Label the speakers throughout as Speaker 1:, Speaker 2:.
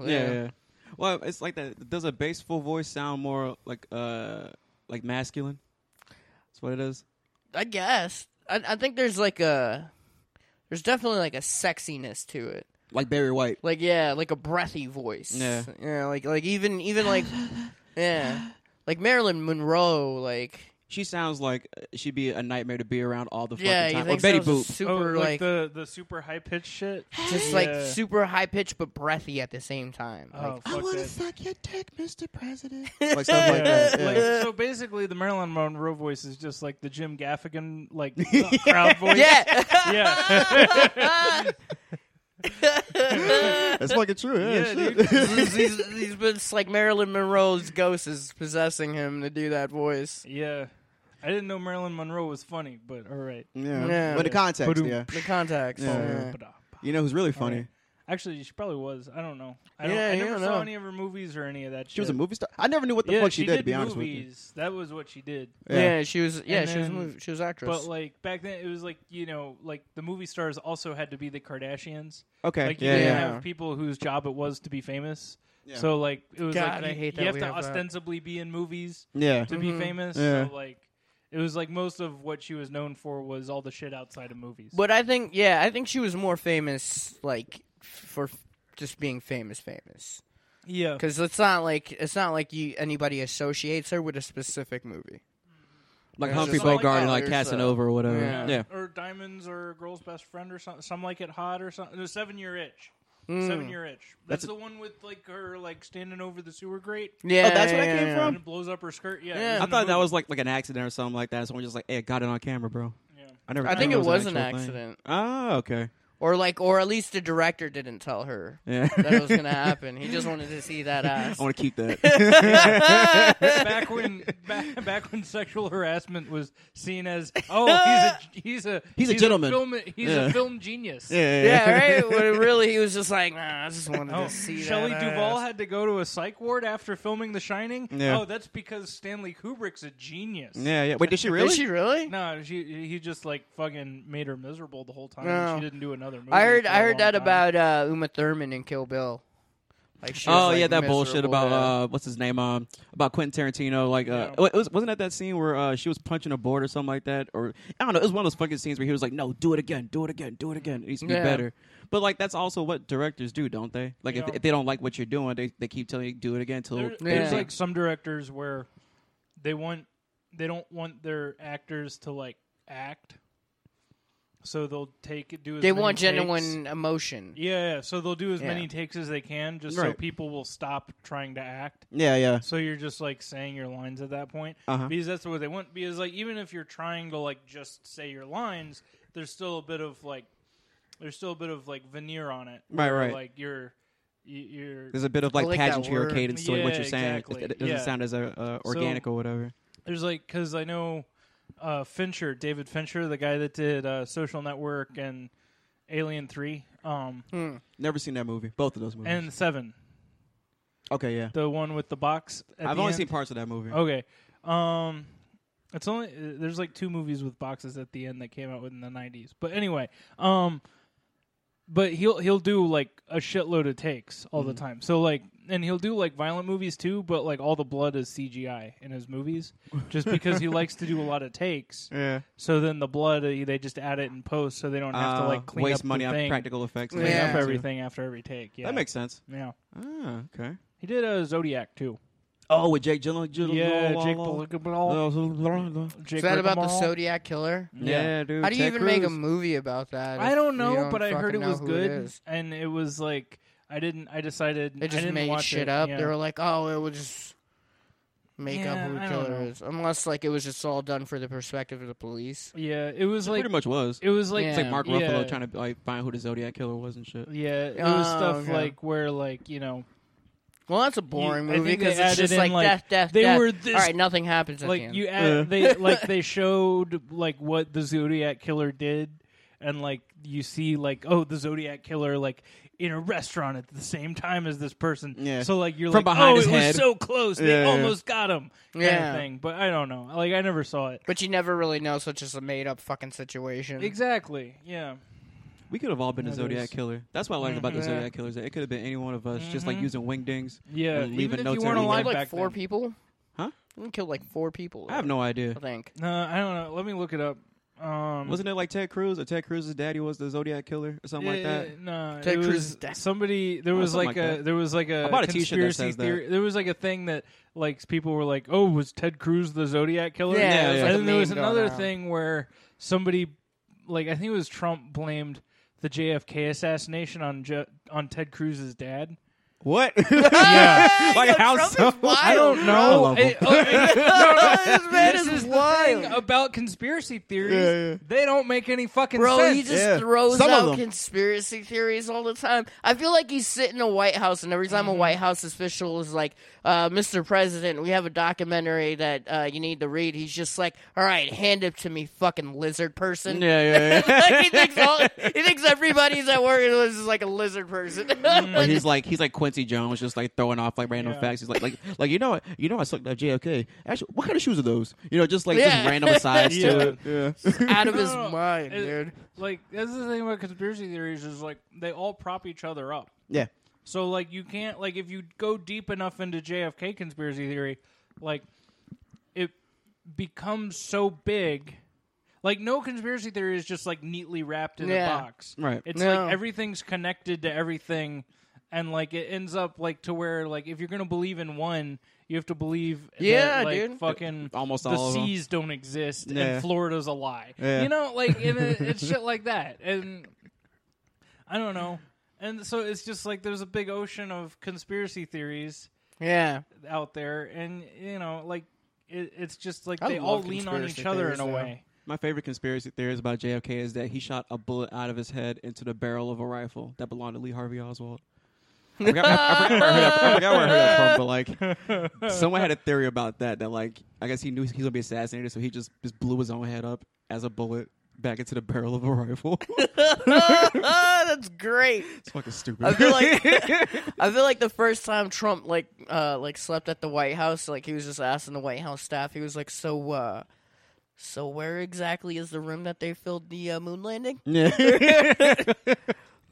Speaker 1: Yeah. yeah. Well, it's like that. Does a bass full voice sound more like uh like masculine? That's what it is.
Speaker 2: I guess. I, I think there's like a there's definitely like a sexiness to it.
Speaker 1: Like Barry White.
Speaker 2: Like yeah, like a breathy voice.
Speaker 1: Yeah.
Speaker 2: Yeah, like like even even like yeah. Like Marilyn Monroe like
Speaker 1: She sounds like uh, she'd be a nightmare to be around all the fucking
Speaker 2: yeah, you
Speaker 1: time.
Speaker 2: think
Speaker 1: Or Betty
Speaker 2: sounds
Speaker 1: Boop.
Speaker 2: super
Speaker 3: oh, like,
Speaker 2: like,
Speaker 3: the the super high pitched shit.
Speaker 2: just
Speaker 3: Yeah.
Speaker 2: like super high pitched but breathy at the same time.
Speaker 3: Oh,
Speaker 2: Like
Speaker 3: fuck that.
Speaker 1: suck your dick, Mr. President. like stuff like that.
Speaker 3: Like,
Speaker 1: yeah.
Speaker 3: so basically, the Marilyn Monroe voice is just like the Jim Gaffigan like uh, crowd voice.
Speaker 2: Yeah.
Speaker 3: yeah.
Speaker 1: That's fucking true.
Speaker 3: Yeah,
Speaker 1: shit.
Speaker 3: dude.
Speaker 2: he's, he's, he's been it's like Marilyn Monroe's ghost is possessing him to do that voice.
Speaker 3: Yeah. I didn't know Marilyn Monroe was funny, but all right.
Speaker 1: yeah.
Speaker 2: Yeah.
Speaker 1: But the context,
Speaker 3: Ba-doom.
Speaker 1: yeah.
Speaker 2: The contacts.
Speaker 1: Yeah.
Speaker 2: yeah.
Speaker 3: Ba-da.
Speaker 1: You know who's really funny?
Speaker 3: Alright. Actually, she probably was. I don't know. I don't.
Speaker 2: Yeah,
Speaker 3: I
Speaker 2: you
Speaker 3: never
Speaker 2: don't
Speaker 3: saw
Speaker 2: know.
Speaker 3: any of her movies or any of that. shit.
Speaker 1: She was a movie star. I never knew what the
Speaker 3: yeah,
Speaker 1: fuck she, did,
Speaker 3: did.
Speaker 1: to be honest with you.
Speaker 3: movies. That was what she did.
Speaker 2: Yeah. she was. Yeah,
Speaker 3: And
Speaker 2: she was. a
Speaker 3: then-
Speaker 2: mov- She was actress.
Speaker 3: But like back then, it was like you know, like the movie stars also had to be the Kardashians.
Speaker 1: Okay.
Speaker 3: Like you
Speaker 1: yeah,
Speaker 3: didn't
Speaker 1: yeah.
Speaker 3: have people whose job it was to be famous.
Speaker 1: Yeah.
Speaker 3: So like it was
Speaker 2: God,
Speaker 3: like you,
Speaker 2: I hate
Speaker 3: you
Speaker 2: that
Speaker 3: have
Speaker 2: we
Speaker 3: to
Speaker 2: have that.
Speaker 3: ostensibly be in movies
Speaker 1: Yeah.
Speaker 3: to be famous.
Speaker 1: Mm-hmm. Yeah.
Speaker 3: So like it was like most of what she was known for was all the shit outside of movies.
Speaker 2: But I think, yeah, I think she was more famous, like, f- for f- just being famous, famous.
Speaker 3: yeah,
Speaker 2: Because it's not like it's not like you anybody associates her with a specific movie.
Speaker 1: Like
Speaker 2: Yeah,
Speaker 1: Humphrey
Speaker 2: it's just
Speaker 1: Bogart
Speaker 2: like,
Speaker 1: and
Speaker 2: oh,
Speaker 1: like
Speaker 2: there's a-
Speaker 1: Casanova or whatever.
Speaker 2: Yeah.
Speaker 1: yeah.
Speaker 3: or diamonds or girl's best friend or something. Some like it hot or something. No, seven year itch.
Speaker 2: Hmm.
Speaker 3: Seven year itch.
Speaker 1: Mm. That's
Speaker 3: That's,
Speaker 1: a-
Speaker 3: the one with like her like standing over the sewer grate
Speaker 2: Yeah,
Speaker 1: Oh, that's where it came
Speaker 3: and
Speaker 1: from?
Speaker 3: it blows up her skirt. Yeah,
Speaker 2: Yeah.
Speaker 3: it was
Speaker 1: I
Speaker 3: in the
Speaker 1: thought that
Speaker 3: movie.
Speaker 1: was like like an accident or something like that. Someone just like, hey, I got it on camera, bro.
Speaker 3: Yeah.
Speaker 1: I never.
Speaker 2: I think
Speaker 1: knew
Speaker 2: it was an
Speaker 1: actual thing.
Speaker 2: accident,
Speaker 1: Oh, okay.
Speaker 2: or like, or at least the director didn't tell her
Speaker 1: Yeah.
Speaker 2: that it was gonna happen. He just wanted to see that ass.
Speaker 1: I want to keep that.
Speaker 3: back when back, back when sexual harassment was seen as oh he's a he's a
Speaker 1: He's a gentleman.
Speaker 3: film, he's
Speaker 1: Yeah.
Speaker 3: a film genius
Speaker 1: yeah,
Speaker 2: yeah, right. When really, he was just like, nah, I just wanted
Speaker 3: Oh,
Speaker 2: to see
Speaker 3: Shelley
Speaker 2: that.
Speaker 3: Duvall
Speaker 2: ass.
Speaker 3: had to go to a psych ward after filming The Shining.
Speaker 1: Yeah.
Speaker 3: Oh, that's because Stanley Kubrick's a genius.
Speaker 1: Yeah, yeah. Wait, did she really?
Speaker 2: Did she really?
Speaker 3: No, she he just like fucking made her miserable the whole time.
Speaker 2: No.
Speaker 3: And she didn't do another movie.
Speaker 2: I heard
Speaker 3: for a
Speaker 2: I heard
Speaker 3: long
Speaker 2: that
Speaker 3: time.
Speaker 2: about uh, Uma Thurman in Kill Bill. Like she was,
Speaker 1: oh
Speaker 2: like,
Speaker 1: yeah, that bullshit
Speaker 2: miserable,
Speaker 1: about
Speaker 2: yeah.
Speaker 1: uh, what's his name? Um, about Quentin Tarantino. Like, uh,
Speaker 3: Yeah.
Speaker 1: it was, wasn't that that scene where uh, she was punching a board or something like that? Or I don't know. It was one of those fucking scenes where he was like, "No, do it again, do it again, do it again. It needs to be
Speaker 2: Yeah.
Speaker 1: better." But like, that's also what directors do, don't they? Like, if,
Speaker 3: Yeah.
Speaker 1: if they don't like what you're doing, they, they keep telling you do it again until
Speaker 3: There-
Speaker 1: they
Speaker 3: There's
Speaker 2: Yeah.
Speaker 3: like some directors where they want they don't want their actors to like act, so they'll take do. As
Speaker 2: They
Speaker 3: many
Speaker 2: want
Speaker 3: takes.
Speaker 2: genuine emotion.
Speaker 3: Yeah, yeah, so they'll do as
Speaker 2: Yeah.
Speaker 3: many takes as they can, just so
Speaker 1: Right.
Speaker 3: people will stop trying to act.
Speaker 1: yeah, yeah,
Speaker 3: So you're just like saying your lines at that point,
Speaker 1: Uh-huh.
Speaker 3: because that's what they want. Because like even if you're trying to like just say your lines, there's still a bit of like there's still a bit of like veneer on it.
Speaker 1: Right,
Speaker 3: where,
Speaker 1: right.
Speaker 3: Like you're you- you're
Speaker 1: There's a bit of like,
Speaker 2: like that
Speaker 1: pageantry or
Speaker 2: word.
Speaker 1: cadence to
Speaker 3: Yeah,
Speaker 1: what you're saying. It-
Speaker 3: exactly.
Speaker 1: It, doesn't
Speaker 3: Yeah.
Speaker 1: sound as uh, uh, organic or whatever.
Speaker 3: There's like because I know uh, Fincher, David Fincher, the guy that did uh, Social Network and Alien Three, um,
Speaker 1: Hmm. Never seen that movie. Both of those movies.
Speaker 3: and Seven,
Speaker 1: okay, yeah.
Speaker 3: the one with the box. At
Speaker 1: I've
Speaker 3: the
Speaker 1: only
Speaker 3: end. Oh.
Speaker 1: seen parts of that movie.
Speaker 3: Okay, um, it's only uh, there's like two movies with boxes at the end that came out in the '90s. But anyway, um, but he'll he'll do like a shitload of takes all
Speaker 1: Mm-hmm.
Speaker 3: the time. So like, and he'll do like violent movies too, but like all the blood is CGI in his movies, just because he likes to do a lot of takes.
Speaker 1: Yeah.
Speaker 3: So then the blood uh, they just add it in post, so they don't have to
Speaker 1: Uh,
Speaker 3: like clean
Speaker 1: waste
Speaker 3: up
Speaker 1: money
Speaker 3: the
Speaker 1: on
Speaker 3: thing,
Speaker 1: practical effects.
Speaker 3: clean
Speaker 2: Yeah.
Speaker 3: up everything after every take. Yeah,
Speaker 1: That makes sense.
Speaker 3: yeah.
Speaker 1: Ah, okay.
Speaker 3: He did a Zodiac too.
Speaker 1: Oh, with Jake Gyllenhaal. Gyllenhaal-
Speaker 3: Yeah, Jake
Speaker 1: Gyllenhaal-
Speaker 3: Gyllenhaal. Jake
Speaker 2: Is that about the
Speaker 3: Rickamal.
Speaker 2: Zodiac killer?
Speaker 1: Yeah, dude.
Speaker 2: How do you
Speaker 1: Ted
Speaker 2: even make a
Speaker 1: Cruz.
Speaker 2: movie about that?
Speaker 3: I
Speaker 2: if
Speaker 3: don't
Speaker 2: you
Speaker 3: know, but I heard
Speaker 2: fucking
Speaker 3: it
Speaker 2: know
Speaker 3: was
Speaker 2: who
Speaker 3: good,
Speaker 2: is?
Speaker 3: and it was like I didn't. I decided
Speaker 2: They
Speaker 3: I
Speaker 2: just
Speaker 3: didn't
Speaker 2: made
Speaker 3: watch
Speaker 2: shit
Speaker 3: it.
Speaker 2: up.
Speaker 3: Yeah.
Speaker 2: They were like, "Oh, it would just make
Speaker 3: Yeah,
Speaker 2: up who
Speaker 3: I
Speaker 2: the
Speaker 3: don't
Speaker 2: killer
Speaker 3: know.
Speaker 2: is," unless like it was just all done for the perspective of the police.
Speaker 3: yeah, it was like
Speaker 1: Pretty much was.
Speaker 3: it was like
Speaker 2: Yeah.
Speaker 1: It's like Mark
Speaker 3: yeah.
Speaker 1: Ruffalo trying to like find who the Zodiac killer was and shit.
Speaker 3: Yeah, it was
Speaker 2: Oh,
Speaker 3: stuff
Speaker 2: okay.
Speaker 3: like where like you know
Speaker 2: Well, that's a boring
Speaker 3: I
Speaker 2: movie
Speaker 3: think they
Speaker 2: because
Speaker 3: added
Speaker 2: it's just
Speaker 3: in,
Speaker 2: like,
Speaker 3: like,
Speaker 2: death, death,
Speaker 3: they
Speaker 2: death.
Speaker 3: were this-
Speaker 2: all right, nothing happens. At the
Speaker 3: like
Speaker 2: end.
Speaker 3: you add,
Speaker 1: Yeah.
Speaker 3: they like they showed like what the Zodiac killer did, and like you see like oh the Zodiac killer like in a restaurant at the same time as this person.
Speaker 1: Yeah.
Speaker 3: So like you're
Speaker 1: From
Speaker 3: like
Speaker 1: behind
Speaker 3: oh
Speaker 1: his
Speaker 3: it
Speaker 1: head."
Speaker 3: was so close they
Speaker 1: Yeah, yeah.
Speaker 3: almost got him. kind of
Speaker 2: Yeah.
Speaker 3: thing. But I don't know. Like I never saw it.
Speaker 2: but you never really know, so it's just a made up fucking situation.
Speaker 3: Exactly. Yeah. Mm-hmm.
Speaker 1: We could have all been a
Speaker 3: Others.
Speaker 1: Zodiac killer. That's what I liked about the
Speaker 3: Yeah.
Speaker 1: Zodiac killers. It could have been any one of us, just like
Speaker 3: Mhm.
Speaker 1: using wingdings.
Speaker 3: Yeah,
Speaker 1: And leaving
Speaker 3: even if
Speaker 1: notes
Speaker 3: you weren't
Speaker 2: Didn't he
Speaker 1: everywhere.
Speaker 3: alive
Speaker 2: kill like
Speaker 3: back
Speaker 2: four
Speaker 3: then.
Speaker 2: people.
Speaker 1: Huh?
Speaker 2: Didn't he killed like four people.
Speaker 1: I have no idea.
Speaker 2: I think.
Speaker 3: No, I don't know. Let me look it up. Um,
Speaker 1: Wasn't it like Ted Cruz? Or Ted Cruz's daddy was the Zodiac killer or something like
Speaker 3: Yeah,
Speaker 1: that.
Speaker 3: No,
Speaker 2: Ted
Speaker 3: it
Speaker 2: Cruz
Speaker 3: was
Speaker 2: is dead.
Speaker 3: somebody. There
Speaker 1: Oh,
Speaker 3: was
Speaker 1: something
Speaker 3: like,
Speaker 1: like
Speaker 3: a
Speaker 1: that.
Speaker 3: there was like a
Speaker 1: I bought a t-shirt that
Speaker 3: conspiracy
Speaker 1: says that.
Speaker 3: theory. There was like a thing that like people were like, "Oh, was Ted Cruz the Zodiac killer?"
Speaker 2: Yeah,
Speaker 1: Yeah,
Speaker 3: and
Speaker 1: it was yeah. like
Speaker 3: then
Speaker 1: a
Speaker 3: there
Speaker 2: meme
Speaker 3: was
Speaker 2: going
Speaker 3: another
Speaker 2: around.
Speaker 3: thing where somebody, like I think it was Trump, blamed the JFK assassination on Je- on Ted Cruz's dad.
Speaker 1: What?
Speaker 3: Yeah.
Speaker 1: like
Speaker 2: Yo,
Speaker 1: how
Speaker 2: Trump is
Speaker 1: so?
Speaker 2: wild,
Speaker 3: I don't
Speaker 2: bro.
Speaker 1: I
Speaker 3: know.
Speaker 1: love him.
Speaker 3: It- oh, it- no, no,
Speaker 2: This man
Speaker 3: this
Speaker 2: is
Speaker 3: is the
Speaker 2: wild.
Speaker 3: thing about conspiracy theories.
Speaker 1: Yeah, yeah.
Speaker 3: They don't make any fucking
Speaker 2: Bro,
Speaker 3: sense.
Speaker 2: he just
Speaker 1: Yeah.
Speaker 2: throws
Speaker 1: Some of
Speaker 2: out
Speaker 1: them.
Speaker 2: conspiracy theories all the time. I feel like he's sitting in a White House, and every time a White House official is like, uh, "Mr. President, we have a documentary that uh, you need to read," he's just like, "All right, hand it to me, fucking lizard person."
Speaker 1: yeah, yeah.
Speaker 2: like he thinks all, he thinks everybody's at work is just like a lizard person.
Speaker 1: But he's like he's like Quincy Jones, just like throwing off like random
Speaker 3: Yeah.
Speaker 1: facts. He's like like like you know what you know I sucked at JFK. Actually, what kind of shoes are those? You know, just like
Speaker 2: Yeah.
Speaker 1: just random asides
Speaker 3: Yeah.
Speaker 1: to it. Yeah.
Speaker 2: out of his
Speaker 3: No, no, no.
Speaker 2: mind,
Speaker 3: It-
Speaker 2: dude.
Speaker 3: Like that's the thing about conspiracy theories is like they all prop each other up.
Speaker 1: yeah.
Speaker 3: So like you can't like if you go deep enough into JFK conspiracy theory, like it becomes so big. Like no conspiracy theory is just like neatly wrapped in
Speaker 2: Yeah.
Speaker 3: a box.
Speaker 1: Right.
Speaker 3: It's
Speaker 2: No.
Speaker 3: like everything's connected to everything and like it ends up like to where like if you're going to believe in one, you have to believe
Speaker 2: Yeah,
Speaker 3: that, like,
Speaker 2: dude.
Speaker 3: fucking
Speaker 1: Almost
Speaker 3: the
Speaker 1: all of them.
Speaker 3: seas don't exist
Speaker 1: Yeah.
Speaker 3: and Florida's a lie.
Speaker 1: Yeah.
Speaker 3: You know, like and it, it's shit like that. And I don't know. And so it's just like there's a big ocean of conspiracy theories
Speaker 2: Yeah,
Speaker 3: out there, and you know, like it, it's just like
Speaker 2: I
Speaker 3: they
Speaker 2: love
Speaker 3: all lean on
Speaker 2: conspiracy
Speaker 3: each other
Speaker 2: theories,
Speaker 3: in a
Speaker 2: though.
Speaker 3: way.
Speaker 1: My favorite conspiracy theories about JFK is that he shot a bullet out of his head into the barrel of a rifle that belonged to Lee Harvey Oswald. I forgot, I forgot where I heard that, I forgot where I heard that from, but like someone had a theory about that. That like I guess he knew he was gonna be assassinated, so he just just blew his own head up as a bullet back into the barrel of a rifle.
Speaker 2: Oh, that's great.
Speaker 1: it's fucking
Speaker 2: I
Speaker 1: stupid.
Speaker 2: feel like I feel like the first time Trump like uh like slept at the White House, like he was just asking the White House staff. He was like, "So uh, so where exactly is the room that they filled the uh, moon landing,
Speaker 1: yeah.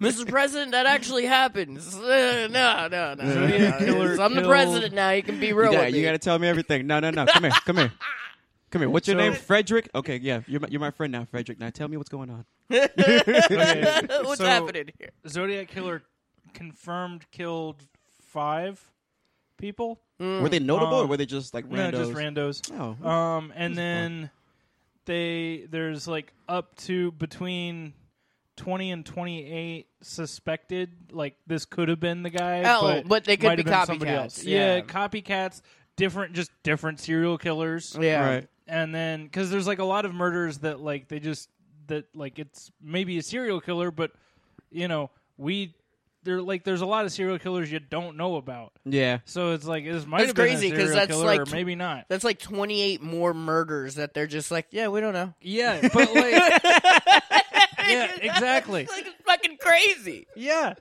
Speaker 2: Mr. President? That actually happens. Uh, no, no, no.
Speaker 3: Zodiac
Speaker 2: no.
Speaker 3: killer
Speaker 2: I'm the
Speaker 3: killed-
Speaker 2: president now. You can be real.
Speaker 1: You
Speaker 2: with
Speaker 1: gotta, you
Speaker 2: me.
Speaker 1: gotta tell me everything. No, no, no. Come here. Come here. Come here. What's your
Speaker 3: So-
Speaker 1: name? Frederick? Okay, yeah. You're my, you're my friend now, Frederick. Now tell me what's going on.
Speaker 3: Okay,
Speaker 2: What's
Speaker 3: so
Speaker 2: happening here?
Speaker 3: Zodiac killer confirmed killed five people.
Speaker 2: Mm.
Speaker 1: Were they notable or
Speaker 2: Oh.
Speaker 3: Um,
Speaker 1: were they just like randos?
Speaker 3: No, just randos.
Speaker 1: Oh. This
Speaker 3: Um,
Speaker 1: is fun.
Speaker 3: and then they there's like up to between twenty and twenty eight suspected. Like this could have been the guy.
Speaker 2: Oh,
Speaker 3: but,
Speaker 2: but they could
Speaker 3: might
Speaker 2: be
Speaker 3: have been somebody
Speaker 2: copycats,
Speaker 3: else. Yeah.
Speaker 2: yeah.
Speaker 3: copycats. Different, just different serial killers.
Speaker 2: Yeah.
Speaker 1: Right.
Speaker 3: And then because there's like a lot of murders that like they just that like it's maybe a serial killer, but you know we. There, like, there's a lot of serial killers you don't know about,
Speaker 1: Yeah.
Speaker 3: so it's like this might
Speaker 2: That's
Speaker 3: have been
Speaker 2: crazy,
Speaker 3: a
Speaker 2: 'cause
Speaker 3: serial
Speaker 2: that's
Speaker 3: killer,
Speaker 2: like
Speaker 3: or
Speaker 2: tw-
Speaker 3: maybe not.
Speaker 2: That's like 28 more murders that they're just like, yeah, we don't know.
Speaker 3: Yeah, but like, yeah, exactly.
Speaker 2: It's like fucking crazy.
Speaker 3: Yeah,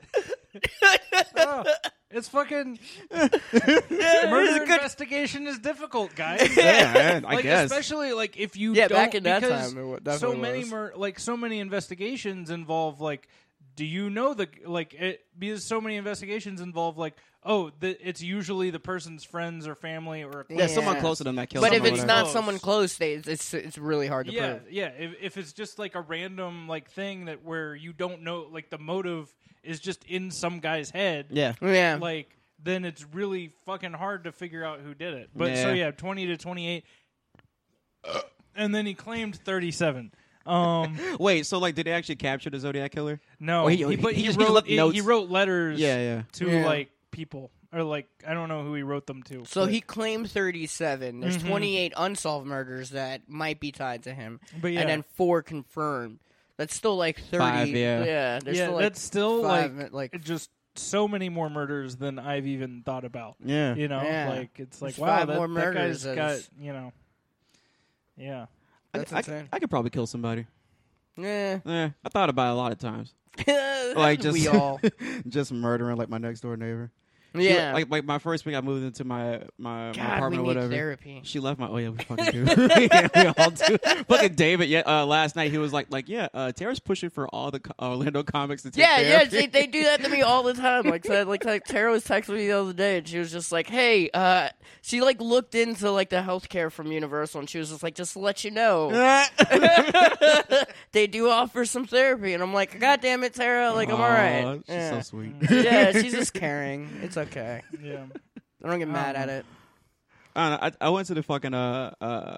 Speaker 3: Oh, it's fucking
Speaker 2: It's
Speaker 3: murder
Speaker 2: a good-
Speaker 3: investigation is difficult, guys.
Speaker 1: Yeah, man, I
Speaker 3: like,
Speaker 1: guess.
Speaker 3: especially like if you
Speaker 2: Yeah,
Speaker 3: don't,
Speaker 2: back in that
Speaker 3: because
Speaker 2: time, it wa-
Speaker 3: so
Speaker 2: definitely
Speaker 3: many
Speaker 2: was.
Speaker 3: mur- like so many investigations involve like, do you know the like it because so many investigations involve like. Oh, the, it's usually the person's friends or family or
Speaker 1: yeah,
Speaker 3: acquaintances.
Speaker 1: someone
Speaker 2: Yeah.
Speaker 1: close to them that killed
Speaker 2: But
Speaker 1: them
Speaker 2: if
Speaker 1: or
Speaker 2: it's
Speaker 1: whatever.
Speaker 2: not
Speaker 3: Close.
Speaker 2: someone close, they, it's it's really hard to
Speaker 3: yeah,
Speaker 2: prove.
Speaker 3: Yeah, if, if it's just like a random like thing that where you don't know like the motive is just in some guy's head.
Speaker 1: Yeah.
Speaker 2: Yeah.
Speaker 3: Like then it's really fucking hard to figure out who did it. But so
Speaker 1: Yeah.
Speaker 3: yeah, 20 to 28 and then he claimed 37. Um
Speaker 1: Wait, so like did they actually capture the Zodiac killer?
Speaker 3: no,
Speaker 1: Oh,
Speaker 3: he,
Speaker 1: he-
Speaker 3: but
Speaker 1: he
Speaker 3: he,
Speaker 1: just- he
Speaker 3: wrote
Speaker 1: left
Speaker 3: he, he
Speaker 1: notes.
Speaker 3: wrote letters
Speaker 1: Yeah, yeah.
Speaker 3: to
Speaker 2: Yeah.
Speaker 3: like people or like I don't know who he wrote them to.
Speaker 2: so
Speaker 3: but-
Speaker 2: he claimed 37. There's
Speaker 3: Mm-hmm.
Speaker 2: 28 unsolved murders that might be tied to him.
Speaker 3: But yeah.
Speaker 2: And then four confirmed. That's still like 30.
Speaker 1: Five, yeah.
Speaker 2: Yeah, there's
Speaker 3: yeah,
Speaker 2: still like
Speaker 3: that's still
Speaker 2: five,
Speaker 3: like
Speaker 2: like
Speaker 3: just so many more murders than I've even thought about.
Speaker 1: Yeah.
Speaker 3: You know,
Speaker 2: Yeah.
Speaker 3: like it's like
Speaker 2: There's
Speaker 3: wow,
Speaker 2: five
Speaker 3: that,
Speaker 2: more
Speaker 3: that
Speaker 2: murders
Speaker 3: guy's
Speaker 2: as-
Speaker 3: got you know, yeah.
Speaker 1: I,
Speaker 2: That's
Speaker 1: I-
Speaker 2: insane.
Speaker 1: I could probably kill somebody.
Speaker 2: yeah.
Speaker 1: Yeah. I thought about it a lot of times.
Speaker 2: like
Speaker 1: Like just
Speaker 2: eh. we all.
Speaker 1: just murdering like my next door neighbor. She-
Speaker 2: Yeah.
Speaker 1: like, like my first week, I moved into my my, my
Speaker 2: God, we
Speaker 1: apartment, or
Speaker 2: need
Speaker 1: whatever.
Speaker 2: therapy.
Speaker 1: She left my. Oh yeah, we fucking do. yeah, we all do. Fucking David. Yeah, uh, last night he was like, like yeah, uh, Tara's pushing for all the co- Orlando comics to take
Speaker 2: Yeah, yeah,
Speaker 1: therapy.
Speaker 2: they, they do that to me all the time. Like, so, like, like Tara was texting me the other day, and she was just like, "Hey," uh, she like looked into like the healthcare from Universal, and she was just like, "Just to let you know, they do offer some therapy." And I'm like, "God damn it, Tara! Like, I'm all
Speaker 1: Aw,
Speaker 2: right."
Speaker 1: She's
Speaker 2: Yeah. Mm.
Speaker 1: so sweet.
Speaker 2: yeah, she's just caring. It's okay.
Speaker 3: Yeah.
Speaker 2: I don't get mad
Speaker 3: Um,
Speaker 2: at it.
Speaker 1: I, don't know, I I went to the fucking uh uh.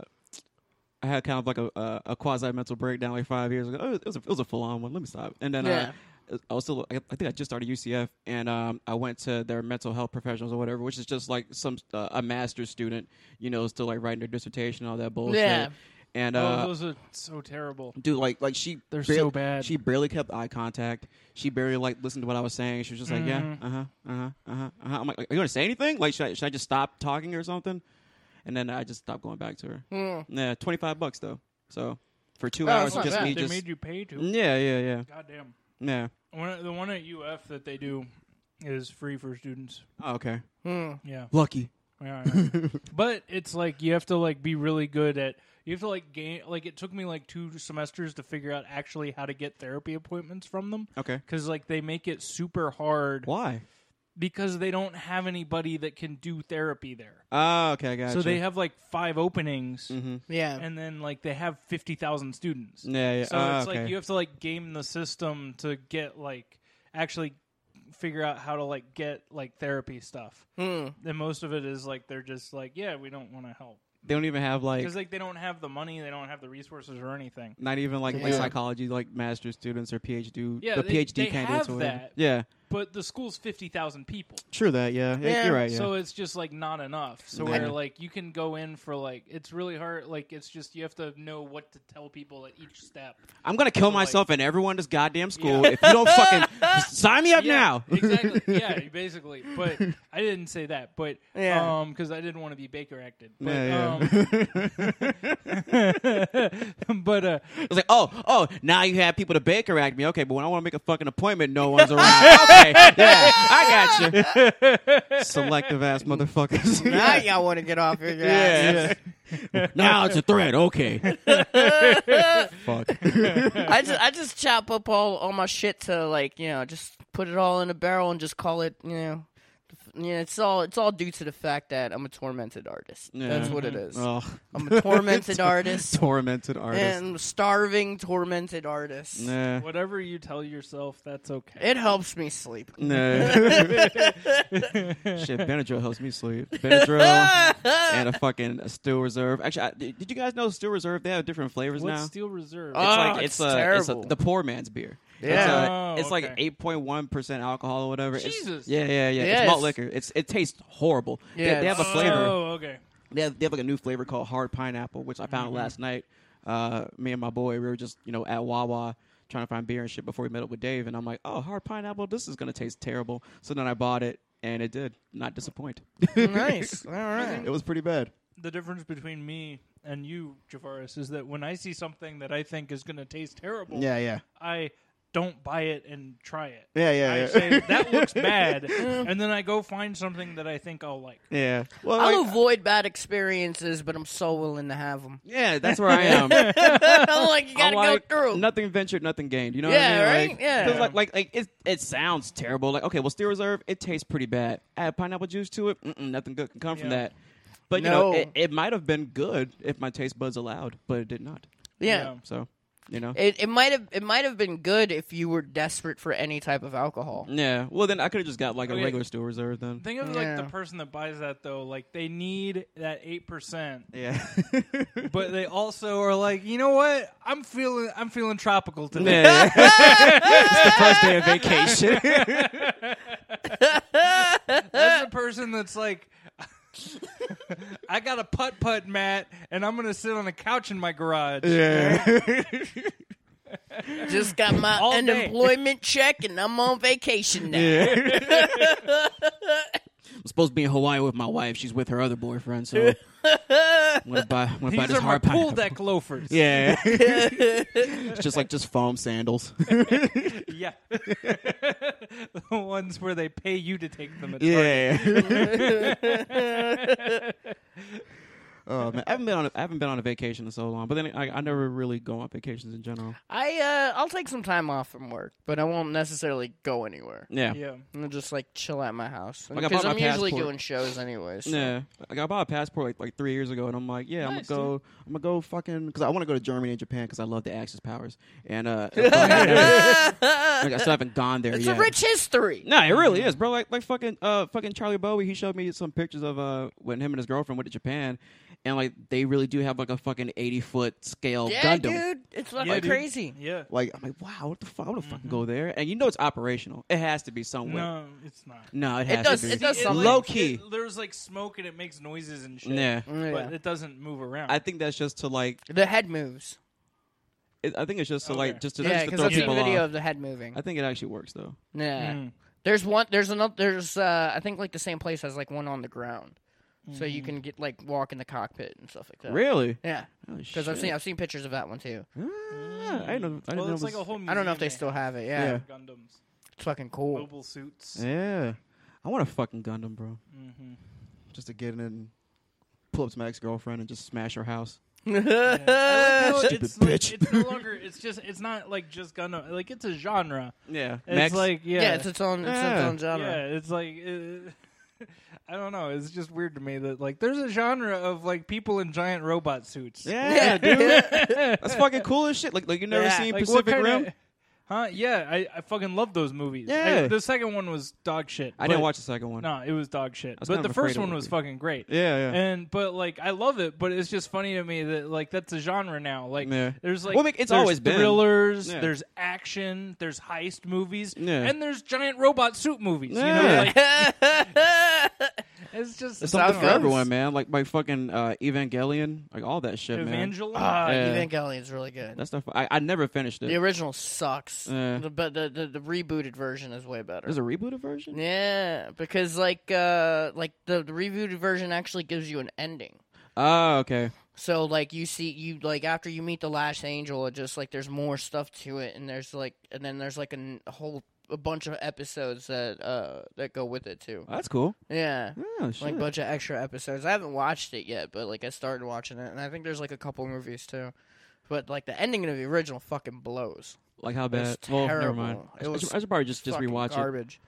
Speaker 1: I had kind of like a a, a quasi mental breakdown like five years ago. It was, it was a, it was a full on one. Let me stop. And then
Speaker 2: Yeah.
Speaker 1: uh, I was still. I I think I just started UCF, and um, I went to their mental health professionals or whatever, which is just like some uh, a master's student, you know, still like writing their dissertation and all that bullshit.
Speaker 2: Yeah.
Speaker 1: And
Speaker 3: oh,
Speaker 1: uh,
Speaker 3: those are so terrible.
Speaker 1: dude like like she
Speaker 3: They're
Speaker 1: barely-
Speaker 3: so bad.
Speaker 1: she barely kept eye contact she barely like listened to what i was saying she was just like yeah
Speaker 3: Mhm.
Speaker 1: uh-huh uh-huh uh-huh uh-huh i'm like are you gonna say anything like should I, should I just stop talking or something and then i just stopped going back to her
Speaker 2: Mm.
Speaker 1: yeah 25 bucks though so for two
Speaker 2: Oh,
Speaker 1: hours
Speaker 2: it's not
Speaker 1: just
Speaker 2: bad.
Speaker 1: me
Speaker 3: They
Speaker 1: just
Speaker 3: made you pay to.
Speaker 1: yeah yeah yeah
Speaker 3: Goddamn.
Speaker 1: yeah
Speaker 3: One, the one at UF that they do is free for students.
Speaker 1: oh, okay
Speaker 2: Mm.
Speaker 3: Yeah.
Speaker 1: lucky
Speaker 3: Yeah, I know. but it's like you have to like be really good at you have to like gain like it took me like two semesters to figure out actually how to get therapy appointments from them
Speaker 1: okay
Speaker 3: because like they make it super hard
Speaker 1: why
Speaker 3: because they don't have anybody that can do therapy there.
Speaker 1: oh okay i got
Speaker 3: So they have like five openings
Speaker 1: mm-hmm.
Speaker 2: Yeah.
Speaker 3: and then like they have fifty thousand students.
Speaker 1: yeah yeah
Speaker 3: So
Speaker 1: oh,
Speaker 3: it's
Speaker 1: okay.
Speaker 3: like you have to like game the system to get like actually figure out how to like get like therapy stuff.
Speaker 2: Mm.
Speaker 3: And most of it is like they're just like, yeah, we don't want to help
Speaker 1: they don't even have like
Speaker 3: because like they don't have the money, they don't have the resources or anything.
Speaker 1: not even like, like
Speaker 2: Yeah.
Speaker 1: psychology like master's students or phd
Speaker 3: Yeah,
Speaker 1: the
Speaker 3: they-
Speaker 1: phd
Speaker 3: they
Speaker 1: candidates or
Speaker 3: have
Speaker 1: whatever.
Speaker 3: that.
Speaker 1: yeah
Speaker 3: But the school's fifty thousand people,
Speaker 1: True that, yeah. Yeah,
Speaker 2: Yeah,
Speaker 1: You're right, yeah.
Speaker 3: so it's just like not enough. So
Speaker 1: Yeah.
Speaker 3: where like you can go in for like it's really hard. Like it's just you have to know what to tell people at each step.
Speaker 1: I'm gonna kill
Speaker 3: like-
Speaker 1: myself and everyone in this goddamn school
Speaker 3: Yeah.
Speaker 1: if you don't fucking sign me up
Speaker 3: yeah,
Speaker 1: now.
Speaker 3: exactly. Yeah, basically. But I didn't say that. But
Speaker 2: Yeah.
Speaker 3: um, because I didn't want to be Baker acted. But,
Speaker 1: Yeah,
Speaker 3: Um, but uh,
Speaker 1: It's like, oh, oh, now you have people to Baker Act me. Okay, but when I want to make a fucking appointment, no one's around. okay, yeah, I got you. Selective ass motherfuckers.
Speaker 2: Now y'all want to get off your ass.
Speaker 1: yeah. now it's a threat. Okay. Fuck.
Speaker 2: I just I just chop up all all my shit to like you know just put it all in a barrel and just call it you know yeah it's all it's all due to the fact that I'm a tormented artist.
Speaker 1: Yeah. Mm-hmm.
Speaker 2: That's what it is.
Speaker 1: Ugh.
Speaker 2: I'm a tormented artist
Speaker 1: Tormented artist.
Speaker 2: and starving tormented artist.
Speaker 1: Nah.
Speaker 3: whatever you tell yourself, that's okay.
Speaker 2: It helps me sleep.
Speaker 1: No. Shit, Benadryl helps me sleep. Benadryl and a fucking Steel Reserve. Actually, I, did you guys know Steel Reserve? They have different flavors
Speaker 3: What's
Speaker 1: now.
Speaker 3: Steel Reserve?
Speaker 2: Oh,
Speaker 1: it's like
Speaker 2: it's
Speaker 1: it's, a, it's a
Speaker 2: terrible.
Speaker 1: the poor man's beer.
Speaker 2: Yeah.
Speaker 3: Oh,
Speaker 1: It's, a, it's like
Speaker 3: okay.
Speaker 1: eight point one percent alcohol or whatever. It's-
Speaker 3: Jesus.
Speaker 1: yeah, yeah, yeah.
Speaker 2: Yeah,
Speaker 1: It's malt
Speaker 2: it's-
Speaker 1: liquor. It's it tastes horrible. They-
Speaker 2: Yeah,
Speaker 1: they, have a
Speaker 2: it's-
Speaker 1: flavor.
Speaker 3: Oh, okay.
Speaker 1: They have, they have like a new flavor called hard pineapple, which I found last night. Uh, me and my boy, we were just you know at Wawa trying to find beer and shit before we met up with Dave, and I'm like, oh, hard pineapple, this is gonna taste terrible. So then I bought it, and it did not disappoint.
Speaker 2: nice. All right.
Speaker 1: it was pretty bad.
Speaker 3: The difference between me and you, Javaris, is that when I see something that I think is going to taste terrible,
Speaker 1: yeah,
Speaker 3: I don't buy it and try it.
Speaker 1: yeah, yeah.
Speaker 3: I say that looks bad, and then I go find something that I think I'll like.
Speaker 1: yeah. Well,
Speaker 2: I'll
Speaker 1: like,
Speaker 2: avoid bad experiences, but I'm so willing to have them.
Speaker 1: yeah, that's where I am.
Speaker 2: I'm like you
Speaker 1: I'm
Speaker 2: gotta
Speaker 1: like,
Speaker 2: go through.
Speaker 1: Nothing ventured, nothing gained. You know
Speaker 2: Yeah,
Speaker 1: what I mean?
Speaker 2: right?
Speaker 1: Like,
Speaker 2: Yeah.
Speaker 1: 'cause Like, like, like it, it sounds terrible. Like, okay, well, Steel Reserve, it tastes pretty bad. Add pineapple juice to it, mm-mm, nothing good can come from
Speaker 3: Yeah.
Speaker 1: that. But, you know,
Speaker 2: No.
Speaker 1: it, it might have been good if my taste buds allowed, but it did not.
Speaker 2: yeah.
Speaker 1: So, you know?
Speaker 2: It, it might have it might have been good if you were desperate for any type of alcohol.
Speaker 1: yeah. Well, then I could have just got, like, a
Speaker 3: Okay.
Speaker 1: regular Steel Reserve then.
Speaker 3: Think of
Speaker 2: Yeah.
Speaker 3: like the person that buys that though. Like they need that eight percent,
Speaker 1: Yeah.
Speaker 3: but they also are like, you know what? I'm feeling, I'm feeling tropical today.
Speaker 1: yeah. it's the first day of vacation.
Speaker 3: That's the person that's like, I got a putt putt mat, and I'm gonna sit on a couch in my garage.
Speaker 1: yeah.
Speaker 2: Just got my
Speaker 3: All day.
Speaker 2: unemployment check and I'm on vacation now.
Speaker 1: I'm supposed to be in Hawaii with my wife. She's with her other boyfriend, so I'm gonna buy, I'm gonna buy
Speaker 3: These
Speaker 1: this
Speaker 3: are my
Speaker 1: hard
Speaker 3: pool
Speaker 1: pineapple.
Speaker 3: deck loafers.
Speaker 1: Yeah. it's just like just foam sandals.
Speaker 3: yeah. the ones where they pay you to take them. At
Speaker 1: Yeah.
Speaker 3: Target.
Speaker 1: oh man, I haven't been on a, I haven't been on a vacation in so long. But then I, I never really go on vacations in general.
Speaker 2: I uh, I'll take some time off from work, but I won't necessarily go anywhere.
Speaker 1: Yeah.
Speaker 3: yeah.
Speaker 2: I'll just like chill at my house
Speaker 1: Like, I
Speaker 2: because
Speaker 1: bought
Speaker 2: I'm
Speaker 1: my
Speaker 2: usually
Speaker 1: passport.
Speaker 2: doing shows anyways.
Speaker 1: Yeah, like I bought a passport like, like three years ago, and I'm like, yeah,
Speaker 3: Nice,
Speaker 1: I'm
Speaker 3: dude.
Speaker 1: gonna go, I'm gonna go fucking because I want to go to Germany and Japan because I love the Axis powers, and uh, like, I still haven't gone there
Speaker 2: it's
Speaker 1: yet.
Speaker 2: a rich history.
Speaker 1: no, it really is, bro. Like, like fucking, uh, fucking Charlie Bowie. He showed me some pictures of uh when him and his girlfriend went to Japan, and like they really do have like a fucking eighty foot scale
Speaker 2: yeah,
Speaker 1: Gundam.
Speaker 2: dude, it's fucking
Speaker 3: Yeah, dude.
Speaker 2: crazy.
Speaker 3: Yeah.
Speaker 1: Like, I'm like, wow, what the fuck? I want to fucking
Speaker 2: Mm-hmm.
Speaker 1: go there, and you know it's operational. It has to be somewhere.
Speaker 3: No, it's not.
Speaker 1: No, it
Speaker 2: It
Speaker 1: has
Speaker 2: does-
Speaker 1: to be.
Speaker 2: it does sound
Speaker 1: low
Speaker 3: like-
Speaker 1: key.
Speaker 3: it- there's like smoke and it makes noises and shit.
Speaker 1: yeah,
Speaker 2: Yeah.
Speaker 3: But it doesn't move around.
Speaker 1: I think that's just to like.
Speaker 2: the head moves.
Speaker 1: It, I think it's just to
Speaker 3: Okay.
Speaker 1: like just to,
Speaker 2: Yeah,
Speaker 1: just to
Speaker 2: because
Speaker 1: throw
Speaker 2: I've seen
Speaker 1: people
Speaker 2: video
Speaker 1: off.
Speaker 2: of the head moving.
Speaker 1: I think it actually works though.
Speaker 2: yeah.
Speaker 3: Mm.
Speaker 2: There's one. There's another. There's uh, I think like the same place has like one on the ground, so you can get like walk in the cockpit and stuff like that.
Speaker 1: Mm. Really?
Speaker 2: Yeah,
Speaker 1: Because
Speaker 2: because I've seen I've seen pictures of that one too.
Speaker 1: I didn't know. I didn't
Speaker 3: Well,
Speaker 1: know
Speaker 3: it's
Speaker 1: it
Speaker 3: like
Speaker 1: was-
Speaker 3: a whole.
Speaker 2: I don't know if they
Speaker 3: museum
Speaker 2: still have it. Yeah,
Speaker 1: Yeah.
Speaker 3: have Gundams,
Speaker 2: it's fucking cool.
Speaker 3: mobile suits.
Speaker 1: Yeah, I want a fucking Gundam, bro.
Speaker 3: Mhm.
Speaker 1: Just to get in and pull up to my ex girlfriend and just smash her house.
Speaker 3: I like how
Speaker 1: Stupid
Speaker 3: it's, like-
Speaker 1: bitch.
Speaker 3: it's no longer. It's just. It's not like just Gundam. Like it's a genre.
Speaker 1: Yeah,
Speaker 3: It's like yeah.
Speaker 2: yeah. it's its own it's its
Speaker 1: Yeah.
Speaker 2: own genre.
Speaker 3: Yeah, it's like uh, I don't know. It's just weird to me that like there's a genre of like people in giant robot suits.
Speaker 1: yeah,
Speaker 2: Yeah.
Speaker 1: dude. That's fucking cool as shit. Like, like you never
Speaker 2: Yeah.
Speaker 1: seen
Speaker 3: Like,
Speaker 1: Pacific
Speaker 3: what kinda-
Speaker 1: Rim?
Speaker 3: Huh? Yeah, I, I fucking love those movies. I-
Speaker 1: Yeah.
Speaker 3: the second one was dog shit.
Speaker 1: I didn't
Speaker 3: but-
Speaker 1: watch the second one.
Speaker 3: No, it was dog shit.
Speaker 1: was
Speaker 3: But
Speaker 1: kind
Speaker 3: the
Speaker 1: of afraid
Speaker 3: first
Speaker 1: it
Speaker 3: one
Speaker 1: would
Speaker 3: was
Speaker 1: be.
Speaker 3: fucking great.
Speaker 1: Yeah, yeah.
Speaker 3: And but like I love it, but it's just funny to me that like that's a genre now. Like
Speaker 1: Yeah.
Speaker 3: there's like
Speaker 1: Well, like, it's
Speaker 3: there's
Speaker 1: always been.
Speaker 3: thrillers,
Speaker 1: Yeah.
Speaker 3: there's action, there's heist movies,
Speaker 1: Yeah.
Speaker 3: and there's giant robot suit movies. You know,
Speaker 1: Yeah.
Speaker 3: like, it's just
Speaker 1: It's something
Speaker 3: I don't
Speaker 1: for
Speaker 3: know.
Speaker 1: everyone, man. Like my fucking uh, Evangelion, like all that shit, man.
Speaker 3: Evangelion.
Speaker 2: uh,
Speaker 1: Yeah.
Speaker 2: Evangelion's really good.
Speaker 1: That stuff. I, I never finished
Speaker 2: the
Speaker 1: it.
Speaker 2: original sucks,
Speaker 1: Yeah.
Speaker 2: The- but the, the the rebooted version is way better.
Speaker 1: There's a rebooted version.
Speaker 2: yeah, because like uh like the, the rebooted version actually gives you an ending.
Speaker 1: Oh, okay.
Speaker 2: So like you see you like after you meet the last angel, it just like there's more stuff to it, and there's like and then there's like an- a whole a bunch of episodes that uh that go with it too.
Speaker 1: That's cool.
Speaker 2: Yeah.
Speaker 1: Oh shit.
Speaker 2: Like a bunch of extra episodes. I haven't watched it yet, but like I started watching it, and I think there's like a couple movies too. But like the ending of the original fucking blows.
Speaker 1: Like how bad?
Speaker 2: It's
Speaker 1: Well, never mind.
Speaker 2: terrible.
Speaker 1: I
Speaker 2: It
Speaker 1: should, I
Speaker 2: was
Speaker 1: should- I should probably just just
Speaker 2: Fucking
Speaker 1: rewatch it.
Speaker 2: garbage.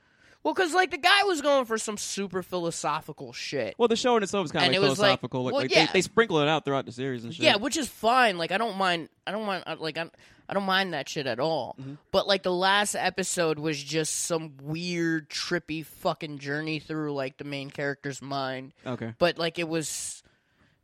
Speaker 2: Well, because like the guy was going for some super philosophical shit.
Speaker 1: Well, the show in itself is kind of
Speaker 2: And
Speaker 1: like
Speaker 2: it was like-
Speaker 1: philosophical. Like,
Speaker 2: well,
Speaker 1: like,
Speaker 2: yeah.
Speaker 1: they, they sprinkle it out throughout the series and shit.
Speaker 2: Yeah, which is fine. Like I don't mind. I don't mind. I- Like I, I don't mind that shit at all.
Speaker 1: Mm-hmm.
Speaker 2: But like the last episode was just some weird, trippy fucking journey through like the main character's mind.
Speaker 1: okay.
Speaker 2: But like it was,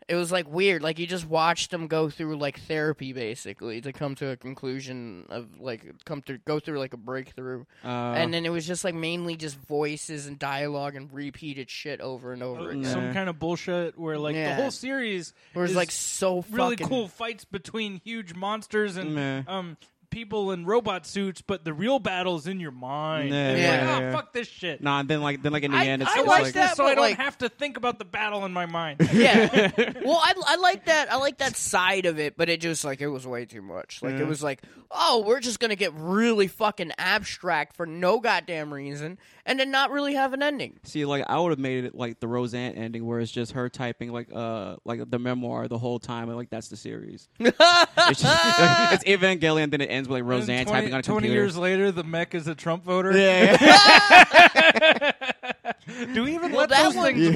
Speaker 2: it was like weird. Like you just watched them go through like therapy basically to come to a conclusion of like come to go through like a breakthrough.
Speaker 1: Uh,
Speaker 2: and then it was just like mainly just voices and dialogue and repeated shit over and over again.
Speaker 1: Yeah.
Speaker 3: Some kind of bullshit where like
Speaker 2: Yeah.
Speaker 3: the whole series
Speaker 2: Where it's
Speaker 3: is
Speaker 2: like so
Speaker 3: really
Speaker 2: fucking
Speaker 3: cool fights between huge monsters and
Speaker 1: Nah.
Speaker 3: um people in robot suits, but the real battle's in your mind.
Speaker 1: Nah.
Speaker 3: And it's
Speaker 2: Yeah.
Speaker 3: like,
Speaker 1: Yeah.
Speaker 3: oh, fuck this shit.
Speaker 1: nah, and then like then like in the
Speaker 3: I,
Speaker 1: end, it's,
Speaker 3: I
Speaker 1: it's
Speaker 3: watch
Speaker 1: like,
Speaker 3: this
Speaker 2: that,
Speaker 3: so I
Speaker 2: but,
Speaker 3: don't
Speaker 2: like-
Speaker 3: have to think about the battle in my mind.
Speaker 2: Yeah. well, I, I like that. I like that side of it, but it just like it was way too much. Like
Speaker 1: Yeah.
Speaker 2: it was like, oh, we're just gonna get really fucking abstract for no goddamn reason, and then not really have an ending.
Speaker 1: See, like I would have made it like the Roseanne ending, where it's just her typing like uh like the memoir the whole time, and like that's the series. it's, just, it's Evangelion, then it ends with like
Speaker 3: And
Speaker 1: Roseanne
Speaker 3: 20,
Speaker 1: typing on a
Speaker 3: 20
Speaker 1: computer.
Speaker 3: years later, the mech is a Trump voter.
Speaker 1: Yeah, yeah.
Speaker 3: Do we even
Speaker 2: Well,
Speaker 3: let
Speaker 2: that
Speaker 3: those
Speaker 2: one-
Speaker 3: things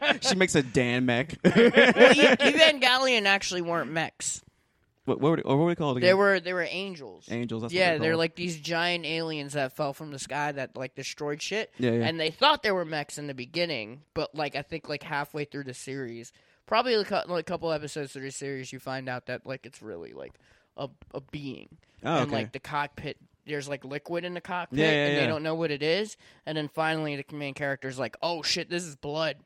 Speaker 3: vote?
Speaker 1: she makes a Dan mech.
Speaker 2: well, E- Evangelion actually weren't mechs.
Speaker 1: what, what, were they, what were they called? Again?
Speaker 2: They were they were angels.
Speaker 1: angels. That's what
Speaker 2: yeah,
Speaker 1: they're,
Speaker 2: they're
Speaker 1: called.
Speaker 2: like these giant aliens that fell from the sky that like destroyed shit.
Speaker 1: Yeah, yeah.
Speaker 2: And they thought they were mechs in the beginning, but like I think like halfway through the series, probably a cou- like, couple episodes through the series, you find out that like it's really like a a being.
Speaker 1: Oh,
Speaker 2: and
Speaker 1: okay.
Speaker 2: like the cockpit, there's like liquid in the cockpit,
Speaker 1: Yeah, yeah,
Speaker 2: and they
Speaker 1: yeah.
Speaker 2: don't know what it is. And then finally, the main character's like, "Oh shit, this is blood."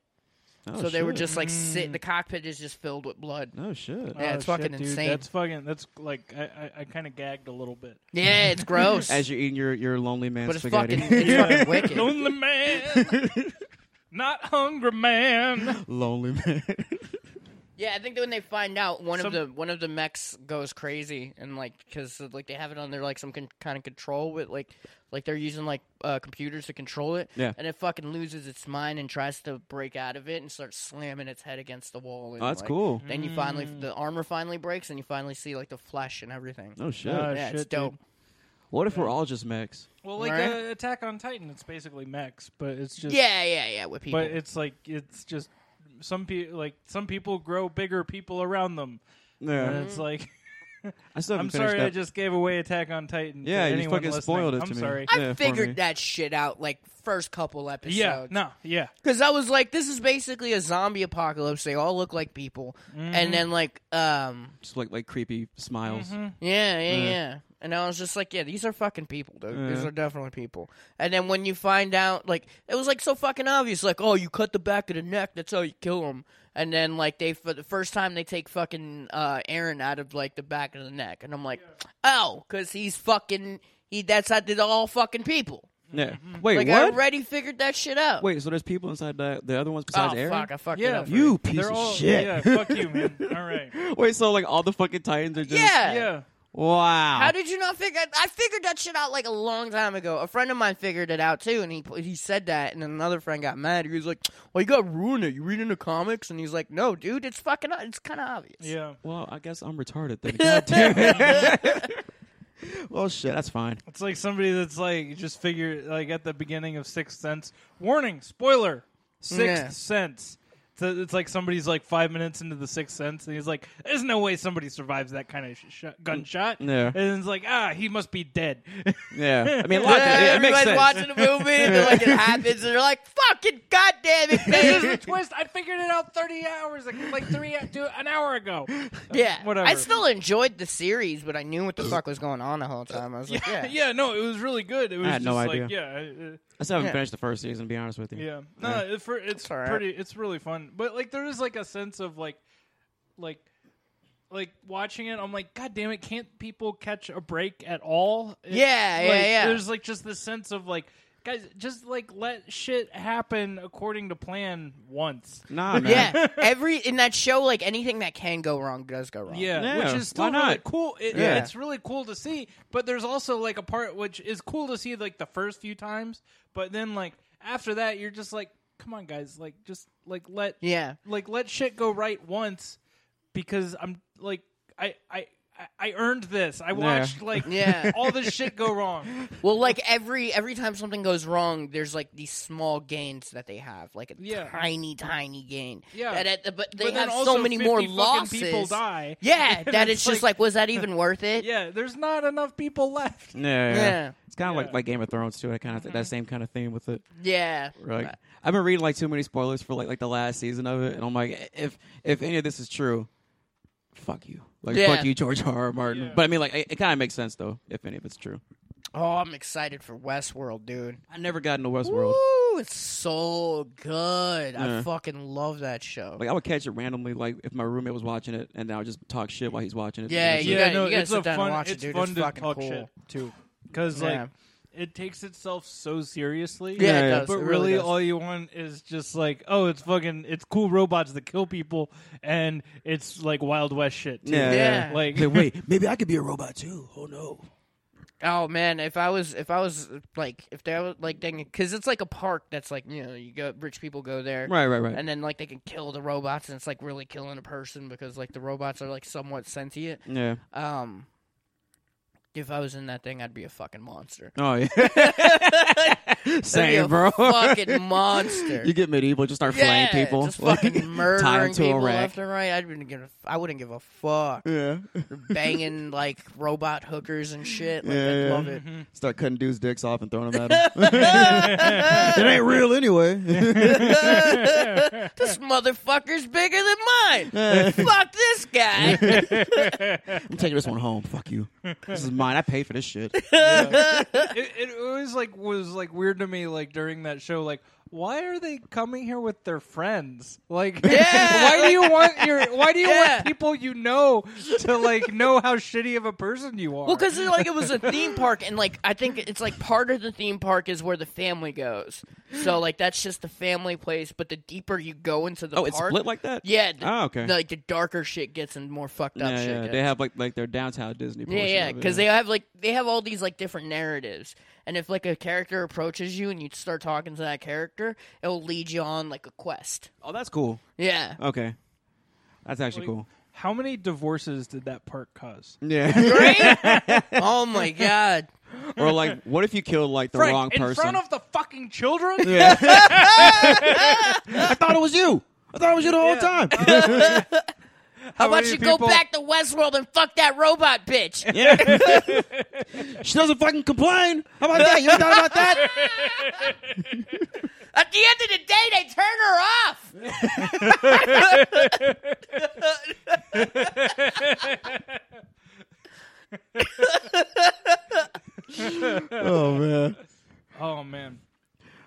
Speaker 1: Oh,
Speaker 2: so they were
Speaker 1: shit.
Speaker 2: just like sit. The cockpit is just filled with blood.
Speaker 1: Oh shit.
Speaker 2: Yeah, it's
Speaker 3: Oh,
Speaker 2: fucking
Speaker 3: shit, dude,
Speaker 2: insane.
Speaker 3: That's fucking. That's like I, I, I kind of gagged a little bit.
Speaker 2: Yeah, it's gross.
Speaker 1: As you're eating your, your lonely man
Speaker 2: but it's
Speaker 1: spaghetti.
Speaker 2: fucking, it's fucking wicked.
Speaker 3: Lonely man, not hungry man.
Speaker 1: Oh, lonely man.
Speaker 2: Yeah, I think that when they find out, one
Speaker 3: Some-
Speaker 2: of the one of the mechs goes crazy and like because like they have it on their like some con- kind of control with like like they're using like uh, computers to control it.
Speaker 1: Yeah.
Speaker 2: and it fucking loses its mind and tries to break out of it and starts slamming its head against the wall. And,
Speaker 1: Oh, that's
Speaker 2: like,
Speaker 1: cool.
Speaker 2: Then you finally
Speaker 3: Mm.
Speaker 2: the armor finally breaks and you finally see like the flesh and everything.
Speaker 1: Oh shit!
Speaker 2: yeah,
Speaker 3: Uh,
Speaker 2: it's
Speaker 3: shit, dude.
Speaker 2: dope.
Speaker 1: what if we're all just mechs?
Speaker 3: Well, like
Speaker 2: Right?
Speaker 3: uh, Attack on Titan, it's basically mechs, but it's just
Speaker 2: Yeah, yeah, yeah. With people,
Speaker 3: But it's like it's just some people like some people grow bigger people around them, and
Speaker 2: Uh,
Speaker 1: Yeah,
Speaker 3: it's like
Speaker 1: I still haven't
Speaker 3: I'm
Speaker 1: finished
Speaker 3: sorry
Speaker 1: that.
Speaker 3: I just gave away Attack on Titan. to
Speaker 1: Yeah, you
Speaker 3: anyone
Speaker 1: fucking
Speaker 3: listening.
Speaker 1: spoiled it
Speaker 3: I'm
Speaker 1: to me.
Speaker 3: sorry.
Speaker 1: yeah,
Speaker 2: I
Speaker 1: for me.
Speaker 2: figured that shit out like first couple episodes.
Speaker 3: Yeah, no, yeah.
Speaker 2: Because I was like, this is basically a zombie apocalypse. They all look like people.
Speaker 1: Mm-hmm.
Speaker 2: And then, like, um,
Speaker 1: just like like creepy smiles.
Speaker 2: Mm-hmm, yeah, yeah,
Speaker 1: Yeah.
Speaker 2: yeah. And I was just like, yeah, these are fucking people, dude. These
Speaker 1: Yeah.
Speaker 2: are definitely people. And then when you find out, like, it was like so fucking obvious. Like, oh, you cut the back of the neck. That's how you kill them. And then, like, they, for the first time, they take fucking uh, Aaron out of, like, the back of the neck. And I'm like, oh, because he's fucking, he, that's how they're all fucking people.
Speaker 1: Yeah. Wait,
Speaker 2: mm-hmm, Like, I
Speaker 1: what?
Speaker 2: already figured that shit out.
Speaker 1: Wait, so there's people inside the the other ones
Speaker 2: oh,
Speaker 1: besides Aaron?
Speaker 2: fuck, I fucked it
Speaker 3: Yeah,
Speaker 2: up.
Speaker 1: You piece
Speaker 3: They're
Speaker 1: of
Speaker 3: all
Speaker 1: shit.
Speaker 3: yeah. Fuck you, man. All right.
Speaker 1: Wait, so like all the fucking Titans are just
Speaker 2: Yeah.
Speaker 3: Yeah.
Speaker 1: Wow.
Speaker 2: How did you not figure? I figured that shit out like a long time ago. A friend of mine figured it out too, and he he said that, and then another friend got mad. He was like, "Well, you got ruined it. You reading the comics?" And he's like, "No, dude, it's fucking. It's kind of obvious."
Speaker 3: Yeah.
Speaker 1: well, I guess I'm retarded then. God damn it. well, shit, that's fine.
Speaker 3: It's like somebody that's like just figure like at the beginning of Sixth Sense. Warning, spoiler. Sixth
Speaker 2: Yeah.
Speaker 3: Sense. So it's like somebody's like five minutes into the Sixth Sense, and he's like, "There's no way somebody survives that kind of sh- sh- gunshot."
Speaker 1: Yeah.
Speaker 3: And it's like, ah, he must be dead.
Speaker 1: Yeah. I mean, a
Speaker 2: Yeah,
Speaker 1: lot of it- it, makes
Speaker 2: everybody's
Speaker 1: sense.
Speaker 2: watching the movie, and then, like it happens, and they're like, "Fucking goddamn it,
Speaker 3: this is
Speaker 2: man!"
Speaker 3: the twist. I figured it out thirty hours, ago, like three, two, an hour ago.
Speaker 2: yeah,
Speaker 3: Whatever.
Speaker 2: I still enjoyed the series, but I knew what the fuck was going on the whole time. I was like,
Speaker 3: Yeah,
Speaker 2: "Yeah,
Speaker 3: yeah, no, it was really good. It was
Speaker 1: had
Speaker 3: just
Speaker 1: no
Speaker 3: like,
Speaker 1: idea.
Speaker 3: yeah, uh,
Speaker 1: I still haven't
Speaker 2: Yeah.
Speaker 1: finished the first season, to be honest with you.
Speaker 3: Yeah, no, it, for, it's
Speaker 2: It's all right.
Speaker 3: pretty. It's really fun, but like there is like a sense of like, like, like watching it. I'm like, God damn it! Can't people catch a break at all? It-
Speaker 2: Yeah, yeah,
Speaker 3: like,
Speaker 2: yeah.
Speaker 3: There's like just this sense of like, guys, just like let shit happen according to plan once.
Speaker 1: Nah, man.
Speaker 2: yeah." Every in that show, like anything that can go wrong does go wrong.
Speaker 3: Yeah,
Speaker 1: Yeah,
Speaker 3: which is still
Speaker 1: why not?
Speaker 3: really cool. It,
Speaker 1: Yeah.
Speaker 3: It's really cool to see, but there's also like a part which is cool to see like the first few times, but then like after that, you're just like, come on, guys, like just like let
Speaker 2: yeah.
Speaker 3: like let shit go right once because I'm like I I I- I earned this. I watched like
Speaker 2: Yeah.
Speaker 3: all this shit go wrong.
Speaker 2: Well, like every every time something goes wrong, there's like these small gains that they have, like a
Speaker 3: Yeah.
Speaker 2: tiny, tiny gain.
Speaker 3: Yeah.
Speaker 2: That at the, but they
Speaker 3: But then
Speaker 2: have
Speaker 3: also
Speaker 2: so many
Speaker 3: 50
Speaker 2: more
Speaker 3: fucking
Speaker 2: losses.
Speaker 3: People die.
Speaker 2: Yeah,
Speaker 3: And
Speaker 2: that it's, just like, was that even worth it?
Speaker 3: yeah, there's not enough people left.
Speaker 1: Yeah, yeah.
Speaker 2: Yeah. Mm-hmm.
Speaker 1: It's kind of
Speaker 3: Yeah.
Speaker 1: like, like Game of Thrones too. I kind of that same kind of theme with it.
Speaker 2: Yeah.
Speaker 1: Right. I've been reading like too many spoilers for like like the last season of it, and I'm like, if if any of this is true, fuck you. Like
Speaker 2: Yeah.
Speaker 1: fuck you, George R. R. Martin.
Speaker 3: Yeah.
Speaker 1: But I mean, like it, it kind of makes sense though, if any of it's true.
Speaker 2: Oh, I'm excited for Westworld, dude.
Speaker 1: I never got into Westworld.
Speaker 2: Ooh, it's so good. I
Speaker 1: Yeah.
Speaker 2: fucking love that show.
Speaker 1: Like I would catch it randomly, like if my roommate was watching it, and I would just talk shit while he's watching it.
Speaker 2: Yeah,
Speaker 1: It's
Speaker 2: you
Speaker 1: like-
Speaker 2: gotta- you gotta
Speaker 3: it's
Speaker 2: sit
Speaker 3: a
Speaker 2: down and
Speaker 3: fun,
Speaker 2: watch it,
Speaker 3: it's
Speaker 2: dude.
Speaker 3: fun
Speaker 2: It's
Speaker 3: to
Speaker 2: fucking
Speaker 3: talk
Speaker 2: cool.
Speaker 3: shit too, because
Speaker 2: Yeah.
Speaker 3: like it takes itself so seriously.
Speaker 2: yeah,
Speaker 1: Yeah,
Speaker 2: it
Speaker 1: yeah.
Speaker 2: does.
Speaker 3: But
Speaker 2: It
Speaker 3: really,
Speaker 2: does.
Speaker 3: all you want is just like, oh, it's fucking, it's cool robots that kill people, and it's like Wild West shit. Too.
Speaker 1: Yeah,
Speaker 2: Yeah.
Speaker 3: like
Speaker 1: Like, wait, maybe I could be a robot too. Oh no.
Speaker 2: Oh man, if I was, if I was like, if there was like, dang, because it's like a park that's like, you know, you go, rich people go there,
Speaker 1: Right, right, right.
Speaker 2: and then like they can kill the robots, and it's like really killing a person because like the robots are like somewhat sentient.
Speaker 1: yeah.
Speaker 2: Um, if I was in that thing, I'd be a fucking monster.
Speaker 1: Oh yeah.
Speaker 2: I'd be
Speaker 1: Same,
Speaker 2: a
Speaker 1: bro.
Speaker 2: fucking monster.
Speaker 1: you get medieval, just start
Speaker 2: yeah,
Speaker 1: flaying people,
Speaker 2: just fucking
Speaker 1: tie 'em
Speaker 2: murdering
Speaker 1: to
Speaker 2: people
Speaker 1: a rack.
Speaker 2: left and right. I'd wouldn't give, a, I wouldn't give a fuck.
Speaker 1: yeah.
Speaker 2: Banging like robot hookers and shit. Like, I
Speaker 1: Yeah, yeah.
Speaker 2: love it.
Speaker 1: Start cutting dudes' dicks off and throwing them at them. it ain't real anyway.
Speaker 2: This motherfucker's bigger than mine. Fuck this guy.
Speaker 1: I'm taking this one home. Fuck you. This is mine. I pay for this shit.
Speaker 3: it, it always like was like weird to me like during that show like why are they coming here with their friends like
Speaker 2: Yeah,
Speaker 3: why do you want your why do you
Speaker 2: Yeah.
Speaker 3: want people you know to like know how shitty of a person you are
Speaker 2: Well, because like it was a theme park, and like I think it's like part of the theme park is where the family goes. So like that's just the family place. But the deeper you go into the
Speaker 1: oh, it's
Speaker 2: park,
Speaker 1: split like that.
Speaker 2: yeah, the,
Speaker 1: Oh, okay.
Speaker 2: like the darker shit gets and more fucked up
Speaker 1: yeah,
Speaker 2: shit.
Speaker 1: yeah.
Speaker 2: gets.
Speaker 1: They have like like their downtown Disney.
Speaker 2: Yeah,
Speaker 1: portion
Speaker 2: yeah,
Speaker 1: of it,
Speaker 2: because they have like they have all these like different narratives, and if like a character approaches you and you start talking to that character, it will lead you on like a quest.
Speaker 1: Oh, that's cool.
Speaker 2: Yeah,
Speaker 1: Okay, that's actually cool.
Speaker 3: How many divorces did that park cause?
Speaker 1: Yeah.
Speaker 2: Right? oh my god!
Speaker 1: or like, what if you killed like the
Speaker 3: Frank,
Speaker 1: wrong
Speaker 3: in
Speaker 1: person?
Speaker 3: front of the fucking children.
Speaker 1: yeah. I thought it was you. I thought it was you the whole
Speaker 3: Yeah.
Speaker 1: time.
Speaker 2: How, about
Speaker 3: many
Speaker 2: you go
Speaker 3: people-
Speaker 2: back to Westworld and fuck that robot bitch?
Speaker 1: yeah. she doesn't fucking complain. How about that? You ever thought about that?
Speaker 2: At the end of the day, they turn her off.
Speaker 1: oh man.
Speaker 3: Oh man,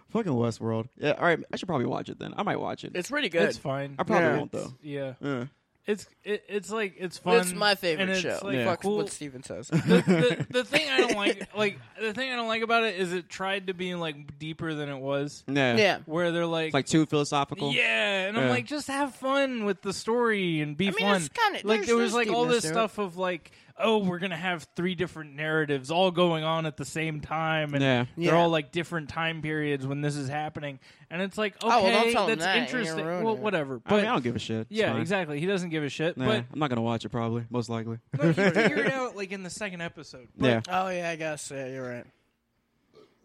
Speaker 1: Fucking Westworld. Yeah, all right. I should probably watch it then. I might watch it.
Speaker 2: It's pretty good.
Speaker 3: it's fine.
Speaker 1: I probably
Speaker 2: Yeah.
Speaker 1: won't though.
Speaker 3: yeah,
Speaker 1: Yeah.
Speaker 3: it's it, it's like it's fun.
Speaker 2: It's my favorite
Speaker 3: and it's,
Speaker 2: show.
Speaker 3: Like,
Speaker 1: Yeah.
Speaker 2: Fuck
Speaker 3: cool.
Speaker 2: what Steven says.
Speaker 3: the, the, the thing I don't like, like the thing I don't like about it is it tried to be like deeper than it was.
Speaker 1: Yeah.
Speaker 2: yeah.
Speaker 3: Where they're like,
Speaker 1: It's like too philosophical.
Speaker 3: yeah, and I'm
Speaker 1: Yeah.
Speaker 3: like, just have fun with the story and be
Speaker 2: I mean,
Speaker 3: fun.
Speaker 2: it's kinda-
Speaker 3: like
Speaker 2: there's-
Speaker 3: there was
Speaker 2: there's
Speaker 3: like all
Speaker 2: deepness
Speaker 3: this
Speaker 2: to it.
Speaker 3: stuff of like, oh, we're gonna have three different narratives all going on at the same time, and
Speaker 1: Yeah.
Speaker 3: they're
Speaker 2: Yeah.
Speaker 3: all like different time periods when this is happening, and it's like, okay,
Speaker 2: Oh, well, don't tell him
Speaker 3: that's
Speaker 2: that. You're
Speaker 3: interesting.
Speaker 2: ruining
Speaker 3: Well,
Speaker 2: it.
Speaker 3: whatever,
Speaker 1: I,
Speaker 3: but.
Speaker 1: mean, I don't give a shit. It's
Speaker 3: yeah,
Speaker 1: fine.
Speaker 3: exactly. He doesn't give a shit,
Speaker 1: Nah, I'm not gonna watch it probably, most likely.
Speaker 3: but no, you figure it out like in the second episode. But
Speaker 1: yeah.
Speaker 2: Oh yeah, I guess. Yeah, you're right.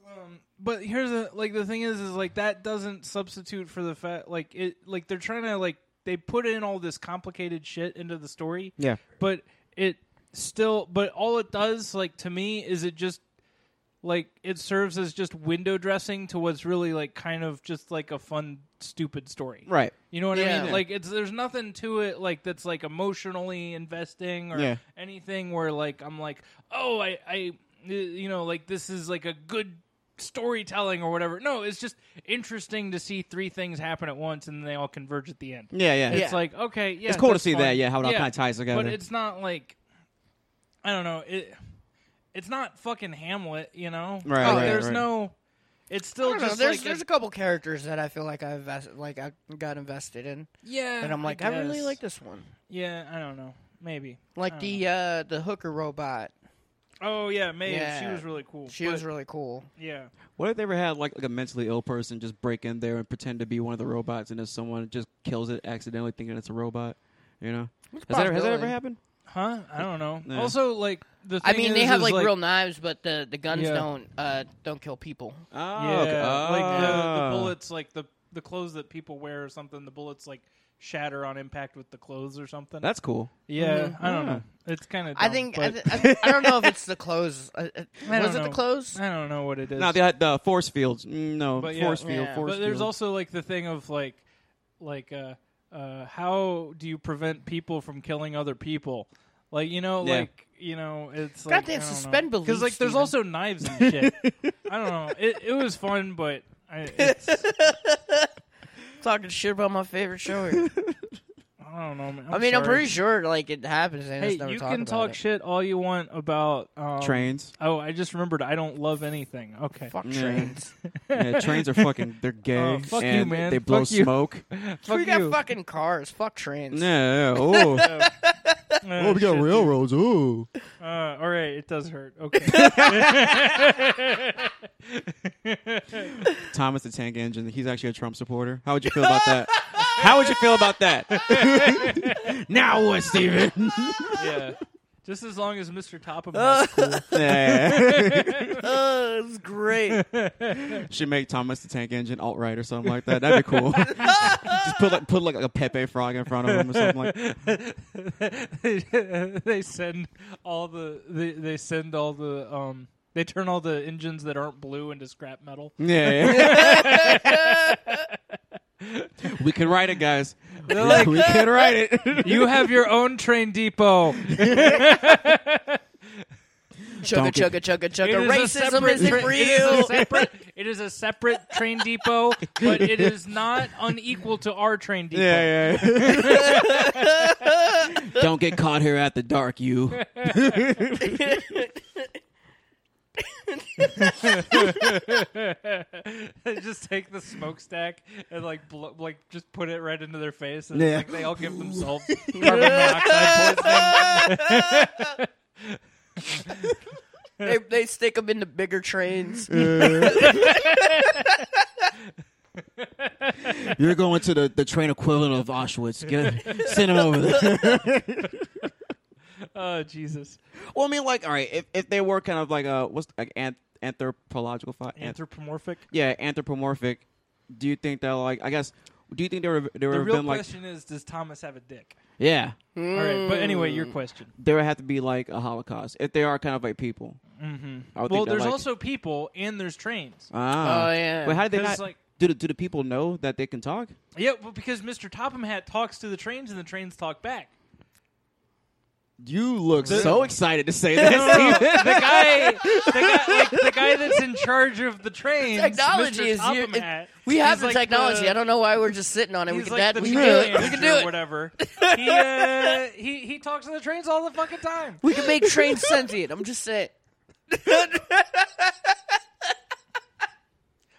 Speaker 3: Um, but here's the like the thing is is like that doesn't substitute for the fact like it like they're trying to like they put in all this complicated shit into the story.
Speaker 1: Yeah.
Speaker 3: But it still but all it does like to me is it just like it serves as just window dressing to what's really like kind of just like a fun stupid story.
Speaker 1: Right.
Speaker 3: You know what I
Speaker 2: Yeah.
Speaker 3: mean? Like it's there's nothing to it like that's like emotionally investing or
Speaker 1: Yeah.
Speaker 3: anything where like I'm like, "Oh, I I you know, like this is like a good storytelling or whatever." No, it's just interesting to see three things happen at once and they all converge at the end.
Speaker 1: Yeah, yeah.
Speaker 3: It's like, okay, yeah.
Speaker 1: It's cool to
Speaker 3: that's
Speaker 1: see that,
Speaker 3: fine.
Speaker 1: yeah, how it all kinda ties together.
Speaker 3: But it's not like I don't know, it it's not fucking Hamlet, you know?
Speaker 1: Right,
Speaker 3: Like,
Speaker 2: right,
Speaker 3: there's
Speaker 1: right.
Speaker 3: no it's
Speaker 2: I
Speaker 3: still
Speaker 2: don't know,
Speaker 3: just
Speaker 2: There's
Speaker 3: like
Speaker 2: there's
Speaker 3: a-
Speaker 2: a couple characters that I feel like I've invest- like I got invested in,
Speaker 3: yeah,
Speaker 2: and I'm like, I, really
Speaker 3: guess.
Speaker 2: like this one.
Speaker 3: Yeah, I don't know. Maybe. I
Speaker 2: Like
Speaker 3: don't
Speaker 2: the uh, the hooker robot,
Speaker 3: Oh yeah, Maeve. She
Speaker 2: Yeah.
Speaker 3: was really cool.
Speaker 2: she
Speaker 3: but-
Speaker 2: was really cool.
Speaker 3: yeah.
Speaker 1: What if they ever had like, like a mentally ill person just break in there and pretend to be one of the robots, and then someone just kills it accidentally, thinking it's a robot? You know, has that, has that ever
Speaker 2: possibility.
Speaker 1: happened?
Speaker 3: Huh? I don't know.
Speaker 1: Yeah.
Speaker 3: Also, like the.
Speaker 2: I
Speaker 3: thing
Speaker 2: mean, they
Speaker 3: is-
Speaker 2: have
Speaker 3: is,
Speaker 2: like, real knives, but the, the guns
Speaker 3: Yeah.
Speaker 2: don't uh, don't kill people.
Speaker 1: Oh,
Speaker 3: Yeah,
Speaker 1: okay.
Speaker 3: like the, the
Speaker 1: Oh.
Speaker 3: bullets, like the the clothes that people wear or something. The bullets like shatter on impact with the clothes or something.
Speaker 1: That's cool.
Speaker 3: yeah, I don't
Speaker 1: Mm-hmm. Yeah.
Speaker 3: know. It's kind of.
Speaker 2: I think I, th- I, th- I don't know if it's the clothes. Uh, uh,
Speaker 3: I
Speaker 2: was it
Speaker 3: don't
Speaker 2: the
Speaker 3: know.
Speaker 2: clothes?
Speaker 3: I don't know what it is.
Speaker 1: Now the the force fields. Mm, No,
Speaker 3: But yeah.
Speaker 1: force field.
Speaker 2: Yeah.
Speaker 1: Force
Speaker 3: but there's
Speaker 1: field.
Speaker 3: also like the thing of like, like uh, uh, how do you prevent people from killing other people? Like you know,
Speaker 1: Yeah.
Speaker 3: like you know, it's like,
Speaker 2: Goddamn, suspend belief,
Speaker 3: because like there's
Speaker 2: Steven.
Speaker 3: also knives and shit. I don't know. It it was fun, but I, it's,
Speaker 2: Talking shit about my favorite show. Here.
Speaker 3: I don't know. Man.
Speaker 2: I mean, I'm
Speaker 3: sorry.
Speaker 2: pretty sure like it happens. And
Speaker 3: Hey,
Speaker 2: never
Speaker 3: you
Speaker 2: talk
Speaker 3: can
Speaker 2: about
Speaker 3: talk
Speaker 2: it.
Speaker 3: shit all you want about um,
Speaker 1: trains.
Speaker 3: Oh, I just remembered. I don't love anything. Okay,
Speaker 2: Fuck
Speaker 1: Yeah.
Speaker 2: trains.
Speaker 1: yeah, trains are fucking. They're gay.
Speaker 3: Oh, fuck you,
Speaker 1: and
Speaker 3: man.
Speaker 1: They blow
Speaker 3: Fuck you.
Speaker 1: smoke.
Speaker 3: fuck
Speaker 2: we
Speaker 3: you.
Speaker 2: got fucking cars. Fuck trains.
Speaker 1: Yeah. yeah, Oh.
Speaker 3: Uh,
Speaker 1: oh, we got
Speaker 3: shit,
Speaker 1: railroads. Ooh.
Speaker 3: dude. Uh, all right, it does hurt. Okay.
Speaker 1: Thomas the Tank Engine. He's actually a Trump supporter. How would you feel about that? How would you feel about that? now what, Steven?
Speaker 3: yeah. Just as long as Mr. Topham has cool.
Speaker 1: yeah.
Speaker 2: Oh, it's great.
Speaker 1: Should make Thomas the Tank Engine alt right or something like that. That'd be cool. Just put like put like a Pepe frog in front of him or something like.
Speaker 3: they send all the they, they send all the um they turn all the engines that aren't blue into scrap metal.
Speaker 1: Yeah. we can write it, guys. We,
Speaker 3: like-
Speaker 1: we can write it.
Speaker 3: You have your own train depot.
Speaker 2: Chugga
Speaker 1: Donkey.
Speaker 2: chugga chugga
Speaker 3: It
Speaker 2: chugga.
Speaker 3: is a
Speaker 2: Racism
Speaker 3: separate
Speaker 2: isn't
Speaker 3: tra-
Speaker 2: real.
Speaker 3: It is, a separate, it is a separate train depot, but it is not unequal to our train depot.
Speaker 1: Yeah, yeah. Don't get caught here at the dark, you.
Speaker 3: just take the smokestack and like blo- like just put it right into their face, and
Speaker 1: Yeah.
Speaker 3: like they all give themselves carbon monoxide poisoning.
Speaker 2: they, they stick them into bigger trains.
Speaker 1: You're going to the, the train equivalent of Auschwitz. Get, send him over there.
Speaker 3: Oh Jesus!
Speaker 1: well, I mean, like, all right, if, if they were kind of like a what's like anth- anthropological thought, anth-
Speaker 3: Anthropomorphic.
Speaker 1: yeah, anthropomorphic. Do you think that like I guess? Do you think there would there
Speaker 3: The
Speaker 1: would have
Speaker 3: real
Speaker 1: been like
Speaker 3: question is, does Thomas have a dick?
Speaker 1: yeah
Speaker 2: Mm.
Speaker 3: All right, but anyway, your question.
Speaker 1: there would have to be like a Holocaust if they are kind of like people. Mm-hmm. I would
Speaker 3: Well,
Speaker 1: think that,
Speaker 3: there's
Speaker 1: like-
Speaker 3: also people and there's trains.
Speaker 1: ah.
Speaker 2: Oh, yeah.
Speaker 1: But how did they
Speaker 3: 'Cause,
Speaker 1: not?
Speaker 3: like-
Speaker 1: do the, do the people know that they can talk?
Speaker 3: Yeah, well, because Mr. Topham Hat talks to the trains and the trains talk back.
Speaker 1: You look
Speaker 3: The-
Speaker 1: so excited to say
Speaker 3: No, no, no.
Speaker 1: this.
Speaker 3: the guy, the guy, like, the guy that's in charge of the trains.
Speaker 2: Technology
Speaker 3: Mr.
Speaker 2: is
Speaker 3: Topham
Speaker 2: you, it-
Speaker 3: Hat,
Speaker 2: we have
Speaker 3: he's
Speaker 2: the
Speaker 3: like
Speaker 2: technology.
Speaker 3: the-
Speaker 2: I don't know why we're just sitting on it. We
Speaker 3: He's
Speaker 2: can,
Speaker 3: like
Speaker 2: that,
Speaker 3: the
Speaker 2: we,
Speaker 3: train
Speaker 2: can do it. we
Speaker 3: manager
Speaker 2: can do
Speaker 3: or
Speaker 2: it.
Speaker 3: whatever. He, uh, he he talks to the trains all the fucking time.
Speaker 2: We can make trains sentient. I'm just saying.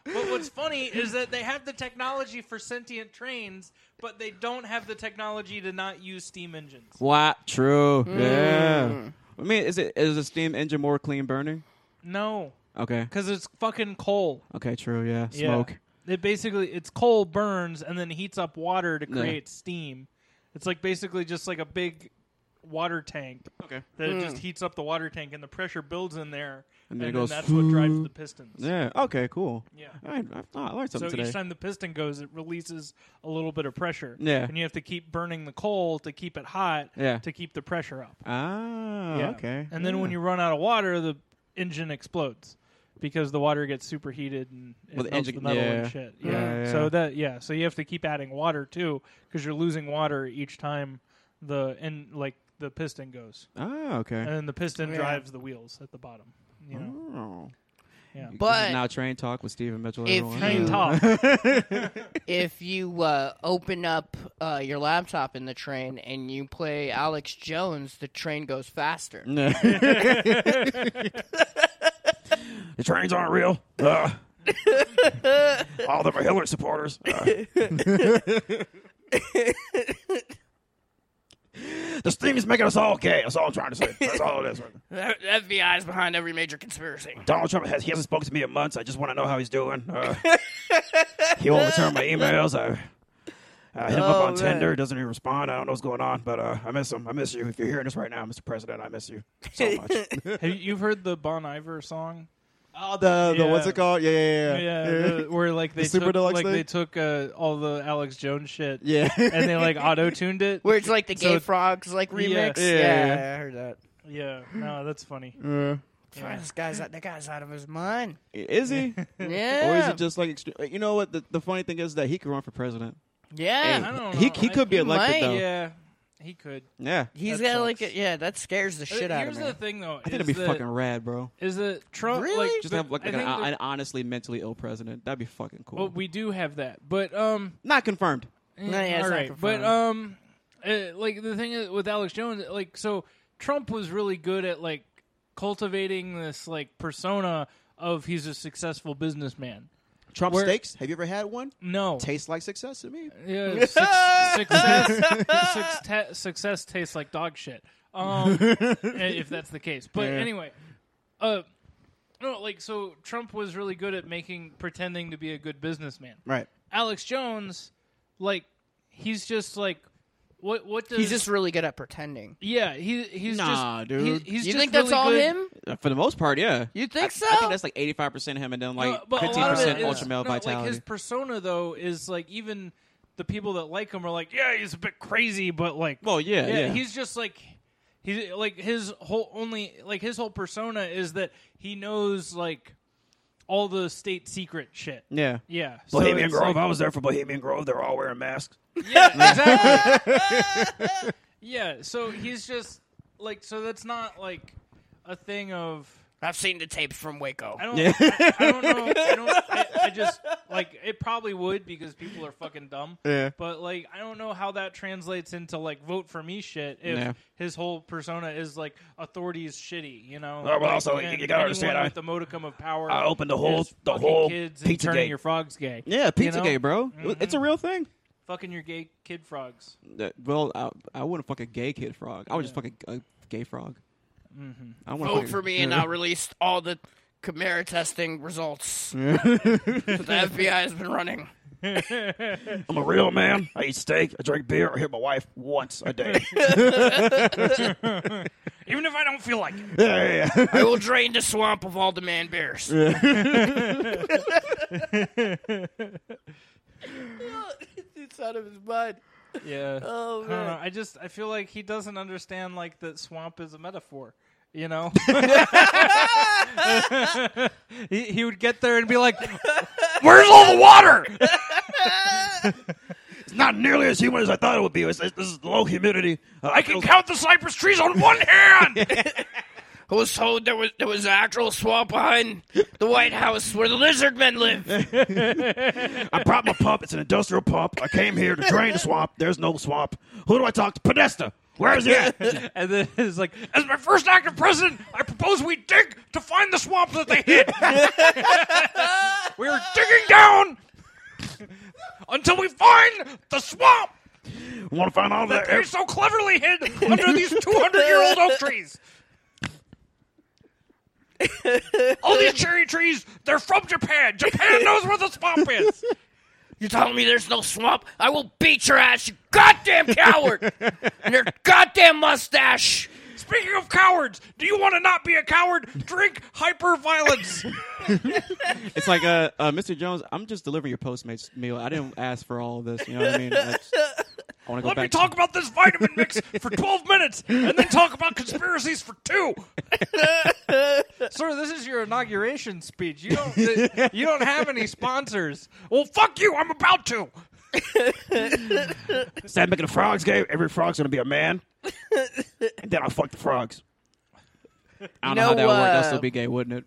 Speaker 3: But what's funny is that they have the technology for sentient trains, but they don't have the technology to not use steam engines.
Speaker 1: Wow, true. Yeah. Hmm. I mean, is it is a steam engine more clean burning?
Speaker 3: No,
Speaker 1: Okay.
Speaker 3: because it's fucking coal.
Speaker 1: Okay. True. Yeah.
Speaker 3: Yeah.
Speaker 1: Smoke.
Speaker 3: It basically it's coal burns and then heats up water to
Speaker 1: Yeah.
Speaker 3: create steam. It's like basically just like a big water tank
Speaker 1: Okay.
Speaker 3: that it just heats up the water tank and the pressure builds in there
Speaker 1: And
Speaker 3: and,
Speaker 1: then it
Speaker 3: then
Speaker 1: goes
Speaker 3: that's what drives
Speaker 1: foo.
Speaker 3: the pistons.
Speaker 1: Yeah. Okay. Cool.
Speaker 3: Yeah.
Speaker 1: All right. I, I learned
Speaker 3: So
Speaker 1: something today.
Speaker 3: each time the piston goes, it releases a little bit of pressure.
Speaker 1: Yeah.
Speaker 3: And you have to keep burning the coal to keep it hot
Speaker 1: Yeah.
Speaker 3: to keep the pressure up.
Speaker 1: ah.
Speaker 3: Yeah.
Speaker 1: Okay.
Speaker 3: And then when
Speaker 1: Yeah.
Speaker 3: you run out of water, the engine explodes because the water gets superheated and it
Speaker 1: Well, the
Speaker 3: melts
Speaker 1: engine-
Speaker 3: the metal
Speaker 1: yeah.
Speaker 3: and shit.
Speaker 1: Yeah,
Speaker 3: Yeah.
Speaker 1: yeah.
Speaker 3: So that yeah. So you have to keep adding water too because you're losing water each time the and like the piston goes,
Speaker 1: Ah. Okay.
Speaker 3: and then the piston
Speaker 2: Yeah.
Speaker 3: drives the wheels at the bottom. You know.
Speaker 1: Oh.
Speaker 3: Yeah.
Speaker 1: This is
Speaker 2: But-
Speaker 1: now train talk with Stephen Mitchell.
Speaker 2: If
Speaker 1: everyone.
Speaker 3: Train
Speaker 2: you-
Speaker 3: talk.
Speaker 2: if you uh, open up uh, your laptop in the train and you play Alex Jones, the train goes faster.
Speaker 1: No. the trains aren't real. Ugh. All of them are Hillary supporters. Uh. Ugh. this thing is making us all gay. That's all I'm trying to say. That's all it is.
Speaker 2: The FBI is behind every major conspiracy.
Speaker 1: Donald Trump has he hasn't spoken to me in months. I just want to know how he's doing. Uh, he won't return my emails. I, I hit him up
Speaker 2: Oh,
Speaker 1: on
Speaker 2: man.
Speaker 1: Tinder. Doesn't even respond. I don't know what's going on, but uh, I miss him. I miss you. If you're hearing this right now, Mr. President, I miss you so much.
Speaker 3: have you, you've heard the Bon Iver song?
Speaker 1: Oh, the the what's
Speaker 3: Yeah.
Speaker 1: it called? Yeah, yeah,
Speaker 3: Yeah,
Speaker 1: yeah.
Speaker 3: the- where like they
Speaker 1: Super
Speaker 3: took,
Speaker 1: Deluxe
Speaker 3: like
Speaker 1: thing?
Speaker 3: they took uh, all the Alex Jones shit,
Speaker 1: Yeah.
Speaker 3: and they like auto tuned it.
Speaker 2: Where it's like the
Speaker 3: So
Speaker 2: Gay
Speaker 3: it-
Speaker 2: Frogs like remix.
Speaker 3: Yeah.
Speaker 1: Yeah, yeah, yeah.
Speaker 2: I heard that.
Speaker 3: Yeah, no, that's funny.
Speaker 1: Uh,
Speaker 3: Yeah.
Speaker 2: This guy's out, that guy's out of his mind.
Speaker 1: is he?
Speaker 2: Yeah.
Speaker 1: Or is it just like extreme? You know what? The, the funny thing is that he could run for president.
Speaker 2: yeah.
Speaker 3: I don't
Speaker 1: He
Speaker 3: know.
Speaker 1: he could be
Speaker 2: He
Speaker 1: elected
Speaker 2: might.
Speaker 1: though. Yeah.
Speaker 3: Yeah, he could.
Speaker 2: He's
Speaker 3: That
Speaker 2: got like
Speaker 3: sucks.
Speaker 2: a, yeah, that scares the shit
Speaker 3: Uh,
Speaker 2: out
Speaker 3: Here's
Speaker 2: of
Speaker 3: the
Speaker 2: me.
Speaker 3: thing, though.
Speaker 1: I think
Speaker 3: is
Speaker 1: it'd be
Speaker 3: that-
Speaker 1: fucking rad, bro.
Speaker 3: Is that Trump?
Speaker 2: Really?
Speaker 3: Like,
Speaker 1: Just
Speaker 3: the-
Speaker 1: have like,
Speaker 3: I
Speaker 1: an,
Speaker 3: think the-
Speaker 1: an honestly mentally ill president. That'd be fucking cool.
Speaker 3: well, we do have that, but um,
Speaker 1: Not confirmed.
Speaker 3: eh,
Speaker 2: yeah, it's
Speaker 3: all
Speaker 2: not
Speaker 3: right, but
Speaker 2: confirmed.
Speaker 3: um, uh, like the thing is, with Alex Jones, like so, Trump was really good at like cultivating this like persona of he's a successful businessman.
Speaker 1: Trump
Speaker 3: Where-
Speaker 1: steaks. Have you ever had one?
Speaker 3: No,
Speaker 1: Tastes like success to me.
Speaker 3: Yeah, suc- success, success, success tastes like dog shit. Um, i- if that's the case, but
Speaker 1: Yeah.
Speaker 3: anyway, uh, no, like so, Trump was really good at making pretending to be a good businessman.
Speaker 1: Right.
Speaker 3: Alex Jones, like, he's just like, what? What does?
Speaker 2: He's just really good at pretending.
Speaker 3: yeah. He he's
Speaker 1: Nah,
Speaker 3: just
Speaker 1: dude.
Speaker 3: he- he's
Speaker 2: you
Speaker 3: just
Speaker 2: think that's
Speaker 3: really
Speaker 2: all
Speaker 3: good-
Speaker 2: him?
Speaker 1: Uh, For the most part, yeah.
Speaker 2: You think
Speaker 1: I,
Speaker 2: so?
Speaker 1: I think that's like eighty five percent him, and then like
Speaker 3: No, but a
Speaker 1: fifteen
Speaker 3: lot of it
Speaker 1: percent
Speaker 3: is-
Speaker 1: ultra male
Speaker 3: no, Like
Speaker 1: vitality.
Speaker 3: his persona though is like even the people that like him are like, yeah, he's a bit crazy, but like,
Speaker 1: Well, yeah, yeah.
Speaker 3: he's just like. He like his whole only like his whole persona is that he knows like all the state secret shit.
Speaker 1: yeah.
Speaker 3: Yeah, so
Speaker 4: Bohemian
Speaker 3: it's
Speaker 4: Grove.
Speaker 3: like-
Speaker 4: I was there for Bohemian Grove. They're all wearing masks.
Speaker 3: yeah, exactly. yeah, so he's just like so that's not like a thing of
Speaker 2: I've seen the tapes from Waco.
Speaker 3: I don't. I, I don't know. I don't. I, I just like it probably would because people are fucking dumb.
Speaker 1: Yeah.
Speaker 3: But like, I don't know how that translates into like vote for me shit. If
Speaker 1: Yeah.
Speaker 3: his whole persona is like authority is shitty, you know.
Speaker 4: Oh, well,
Speaker 3: Like,
Speaker 4: also, you-
Speaker 3: and
Speaker 4: you gotta
Speaker 3: anyone
Speaker 4: understand, I-
Speaker 3: with the modicum of power.
Speaker 4: I opened the whole-
Speaker 3: is
Speaker 4: the
Speaker 3: fucking
Speaker 4: whole
Speaker 3: kids and
Speaker 4: pizza
Speaker 3: turning
Speaker 4: gate.
Speaker 3: your frogs gay.
Speaker 1: Yeah, pizza
Speaker 3: know?
Speaker 1: gay, bro. It's a real thing.
Speaker 3: Fucking your gay kid frogs.
Speaker 1: Uh, Well, I, I wouldn't fuck a gay kid frog. I would just fuck a, a gay frog. Mm-hmm. I want
Speaker 2: Vote Oh, for me, and I'll release all the Chimera testing results that the FBI has been running.
Speaker 4: I'm a real man. I eat steak. I drink beer. I hit my wife once a day.
Speaker 3: Even if I don't feel like it.
Speaker 4: yeah, yeah, yeah.
Speaker 2: I will drain the swamp of all the man bears. it's out of his mind.
Speaker 3: Yeah.
Speaker 2: Oh,
Speaker 3: I don't
Speaker 2: man.
Speaker 3: know. I just I feel like he doesn't understand like that swamp is a metaphor. You know, he, he would get there and be like,
Speaker 4: Where's all the water? it's not nearly as humid as I thought it would be. It's, it's, this is low humidity. Uh, I can count the cypress trees on one hand.
Speaker 2: I was told there was there was an actual swamp behind the White House where the lizard men live.
Speaker 4: I brought my pump. It's an industrial pump. I came here to drain the swamp. There's no swamp. Who do I talk to? Podesta. Where is he at?
Speaker 3: and then it's like,
Speaker 4: As my first act of president, I propose we dig to find the swamp that they hid.
Speaker 3: we were
Speaker 4: digging down until we find the swamp. We want to find all that. They're so cleverly hid under these 200 year old oak trees. all these cherry trees, they're from Japan. Japan knows where the swamp is.
Speaker 2: You telling me there's no swamp? I will beat your ass, you goddamn coward, and your goddamn mustache.
Speaker 4: Speaking of cowards, do you want to not be a coward? Drink hyper violence.
Speaker 1: It's like, uh, uh, Mr. Jones, I'm just delivering your Postmates meal. I didn't ask for all of this. You know what I mean? I, just- I want to go
Speaker 4: Let
Speaker 1: back.
Speaker 4: me talk about this vitamin mix for 12 minutes and then talk about conspiracies for two.
Speaker 3: sir, this is your inauguration speech. You don't, th- you don't have any sponsors.
Speaker 4: Well, fuck you. I'm about to. Instead of making a frogs game, every frog's going to be a man. and then I'll fuck the frogs.
Speaker 1: I don't
Speaker 2: You
Speaker 1: know, how
Speaker 2: know,
Speaker 1: that would work. That'd
Speaker 2: uh,
Speaker 1: still be gay, wouldn't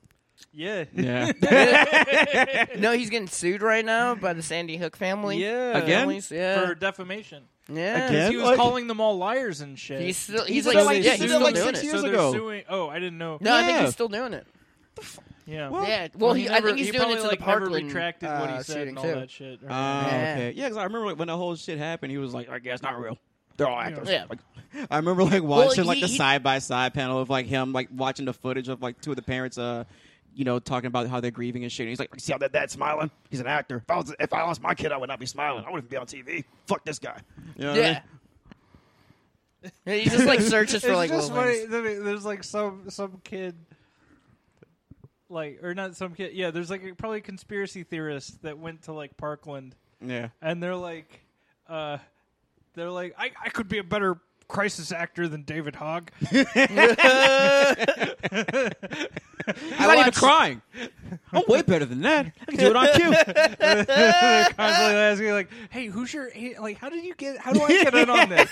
Speaker 3: Yeah,
Speaker 1: it? Yeah.
Speaker 2: No, he's getting sued right now by the Sandy Hook family.
Speaker 3: yeah,
Speaker 1: Again?
Speaker 2: Families, yeah,
Speaker 3: for defamation.
Speaker 2: yeah.
Speaker 1: Again?
Speaker 3: He was
Speaker 1: Like-
Speaker 3: calling them all liars and shit.
Speaker 2: He's still he's,
Speaker 1: did
Speaker 2: like,
Speaker 1: that like-
Speaker 2: yeah,
Speaker 1: he
Speaker 2: he's
Speaker 1: did that
Speaker 2: still
Speaker 1: like
Speaker 2: doing
Speaker 1: six
Speaker 2: it.
Speaker 1: years
Speaker 3: so they're
Speaker 1: ago.
Speaker 3: suing. Oh, I didn't know.
Speaker 2: no, I think
Speaker 1: Yeah.
Speaker 2: he's still doing it.
Speaker 3: Yeah.
Speaker 1: What?
Speaker 2: Yeah, well, he, I
Speaker 3: never-
Speaker 2: think he's doing
Speaker 3: probably,
Speaker 2: it to
Speaker 3: like,
Speaker 2: the
Speaker 3: never
Speaker 2: Parkland
Speaker 3: retracted what
Speaker 1: Ah,
Speaker 3: he
Speaker 2: uh,
Speaker 3: said
Speaker 2: shooting
Speaker 3: and all
Speaker 2: too.
Speaker 3: that shit.
Speaker 1: Oh, okay. Yeah, because I remember like, when the whole shit happened, he was like,
Speaker 4: Like, yeah, it's not real. They're all actors.
Speaker 2: Yeah.
Speaker 4: Like,
Speaker 1: I remember like watching like
Speaker 2: he-
Speaker 1: the
Speaker 2: he-
Speaker 1: side by side panel of like him like watching the footage of like two of the parents uh you know talking about how they're grieving and shit. And he's like,
Speaker 4: you see how that dad's smiling? He's an actor. If I, was, if I lost my kid, I would not be smiling. I wouldn't be on TV. Fuck this guy.
Speaker 1: you know what I mean?
Speaker 2: Yeah. Yeah, he just like searches for
Speaker 3: it's
Speaker 2: like
Speaker 3: just
Speaker 2: little
Speaker 3: funny.
Speaker 2: things.
Speaker 3: that it- There's like some some kid, like or not some kid. Yeah, there's like a, probably a conspiracy theorist that went to like Parkland,
Speaker 1: Yeah.
Speaker 3: and they're like, uh, they're like, I I could be a better crisis actor than David Hogg.
Speaker 1: I'm not even crying. I'm way better than that. I can do it on cue.
Speaker 3: they're constantly asking like, Hey, who's your a- like? How did you get? How do I get in on this?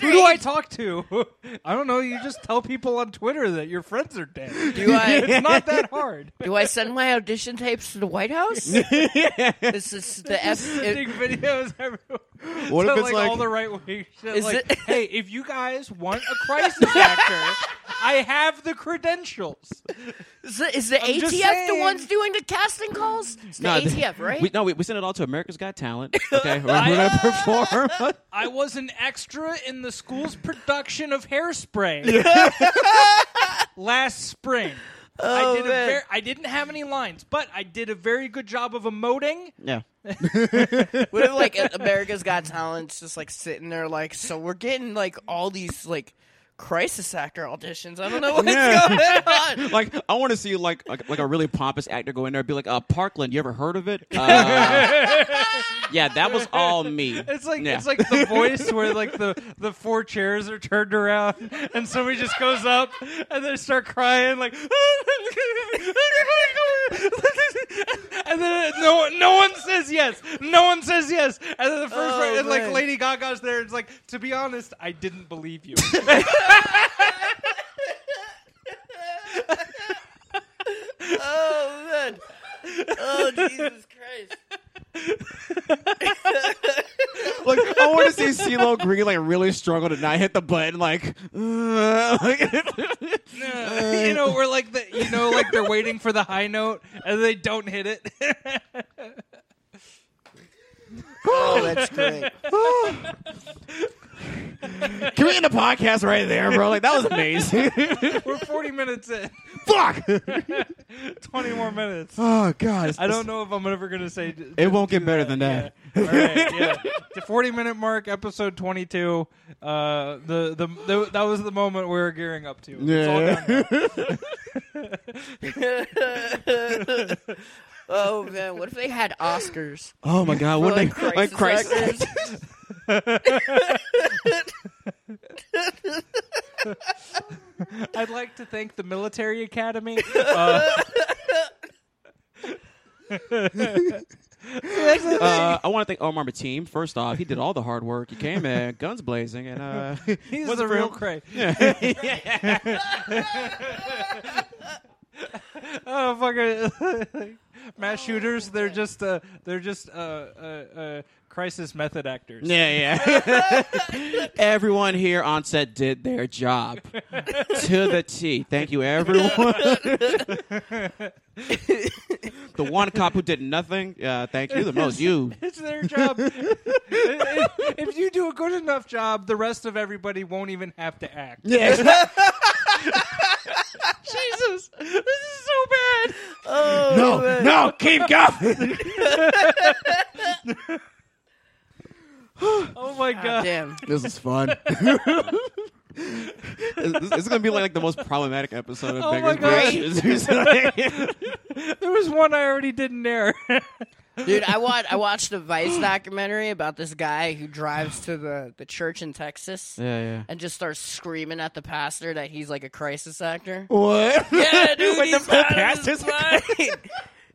Speaker 3: Who do I talk to? I don't know. You just tell people on Twitter that your friends are dead.
Speaker 2: Do I
Speaker 3: It's not that hard.
Speaker 2: do I send my audition tapes to the White House? this is the F.
Speaker 3: Big videos everywhere.
Speaker 1: What
Speaker 3: So,
Speaker 1: if it's
Speaker 3: like,
Speaker 1: like-
Speaker 3: all the right wing shit?
Speaker 2: Is
Speaker 3: like,
Speaker 2: it-
Speaker 3: hey, if you guys want a crisis actor, I have the credentials.
Speaker 2: Is the, is the
Speaker 3: just
Speaker 2: ATF the
Speaker 3: saying.
Speaker 2: ones doing the casting calls? It's the
Speaker 1: No,
Speaker 2: ATF, right?
Speaker 1: We, no, we, we send it all to America's Got Talent. Okay, we're, gonna perform.
Speaker 3: I was an extra in the school's production of Hairspray last spring. I did
Speaker 2: Oh, man.
Speaker 3: a ver- I didn't have any lines, but I did a very good job of emoting.
Speaker 1: yeah,
Speaker 2: What if like America's Got Talent's just like sitting there like, so we're getting like all these like crisis actor auditions. I don't know what's
Speaker 1: Yeah.
Speaker 2: going on.
Speaker 1: like I want to see like, like like a really pompous actor go in there and be like, uh, Parkland, you ever heard of it? Uh, yeah, that was all me.
Speaker 3: It's like
Speaker 1: Yeah.
Speaker 3: it's like the voice where like the the four chairs are turned around and somebody just goes up and they start crying like and then no one- no one says yes. No one says yes. And then the first
Speaker 2: Oh,
Speaker 3: right and like
Speaker 2: man.
Speaker 3: Lady Gaga's there and it's like to be honest, I didn't believe you.
Speaker 2: Oh man. Oh Jesus Christ.
Speaker 1: Like I want to see CeeLo Green like really struggle to not hit the button. Like, uh, like-
Speaker 3: you know, we're like the, you know, like they're waiting for the high note and they don't hit it.
Speaker 2: Oh, that's great.
Speaker 1: can we end the podcast right there, bro? Like that was amazing.
Speaker 3: we're 40 minutes in,
Speaker 1: Fuck.
Speaker 3: 20 more minutes.
Speaker 1: Oh God, it's-
Speaker 3: I don't know if I'm ever gonna say
Speaker 1: It won't get better than that.
Speaker 3: All right, yeah. The 40 minute mark, episode 22. Uh, the, the the that was the moment we were gearing up to. It's all done.
Speaker 1: Yeah.
Speaker 2: oh man, what if they had Oscars?
Speaker 1: Oh my God, what
Speaker 2: for,
Speaker 1: they
Speaker 2: like,
Speaker 1: like crisis?
Speaker 2: actors?
Speaker 3: I'd like to thank the military academy. Uh,
Speaker 1: Uh, I want to thank Omar Team. First off, he did all the hard work. He came in guns blazing, and uh,
Speaker 3: he's
Speaker 1: wasn't for
Speaker 3: the real
Speaker 1: him-
Speaker 3: cray.
Speaker 1: Yeah.
Speaker 3: Oh fucking
Speaker 1: Oh,
Speaker 3: mass shooters! They're just uh, they're just uh, uh, uh, crisis method actors.
Speaker 1: Yeah, yeah. everyone here on set did their job to the T. Thank you, everyone. the one cop who did nothing, uh, thank you the most. You.
Speaker 3: It's their job. if, if you do a good enough job, the rest of everybody won't even have to act.
Speaker 1: Yeah.
Speaker 3: Jesus, this is so bad.
Speaker 2: Oh man.
Speaker 1: no, keep going.
Speaker 3: Oh my god.
Speaker 2: Damn.
Speaker 1: this is fun. This is gonna be like, the most problematic episode of
Speaker 3: Oh my
Speaker 1: Beggars Bridge.
Speaker 3: There was one I already didn't air.
Speaker 2: Dude, I watched I watched a Vice documentary about this guy who drives to the, the church in Texas
Speaker 1: yeah, yeah.
Speaker 2: and just starts screaming at the pastor that he's like a crisis actor.
Speaker 1: What?
Speaker 2: Yeah, dude,
Speaker 1: Wait, the
Speaker 2: he's
Speaker 1: full
Speaker 2: out of
Speaker 1: cast
Speaker 2: his
Speaker 1: is-
Speaker 2: mind.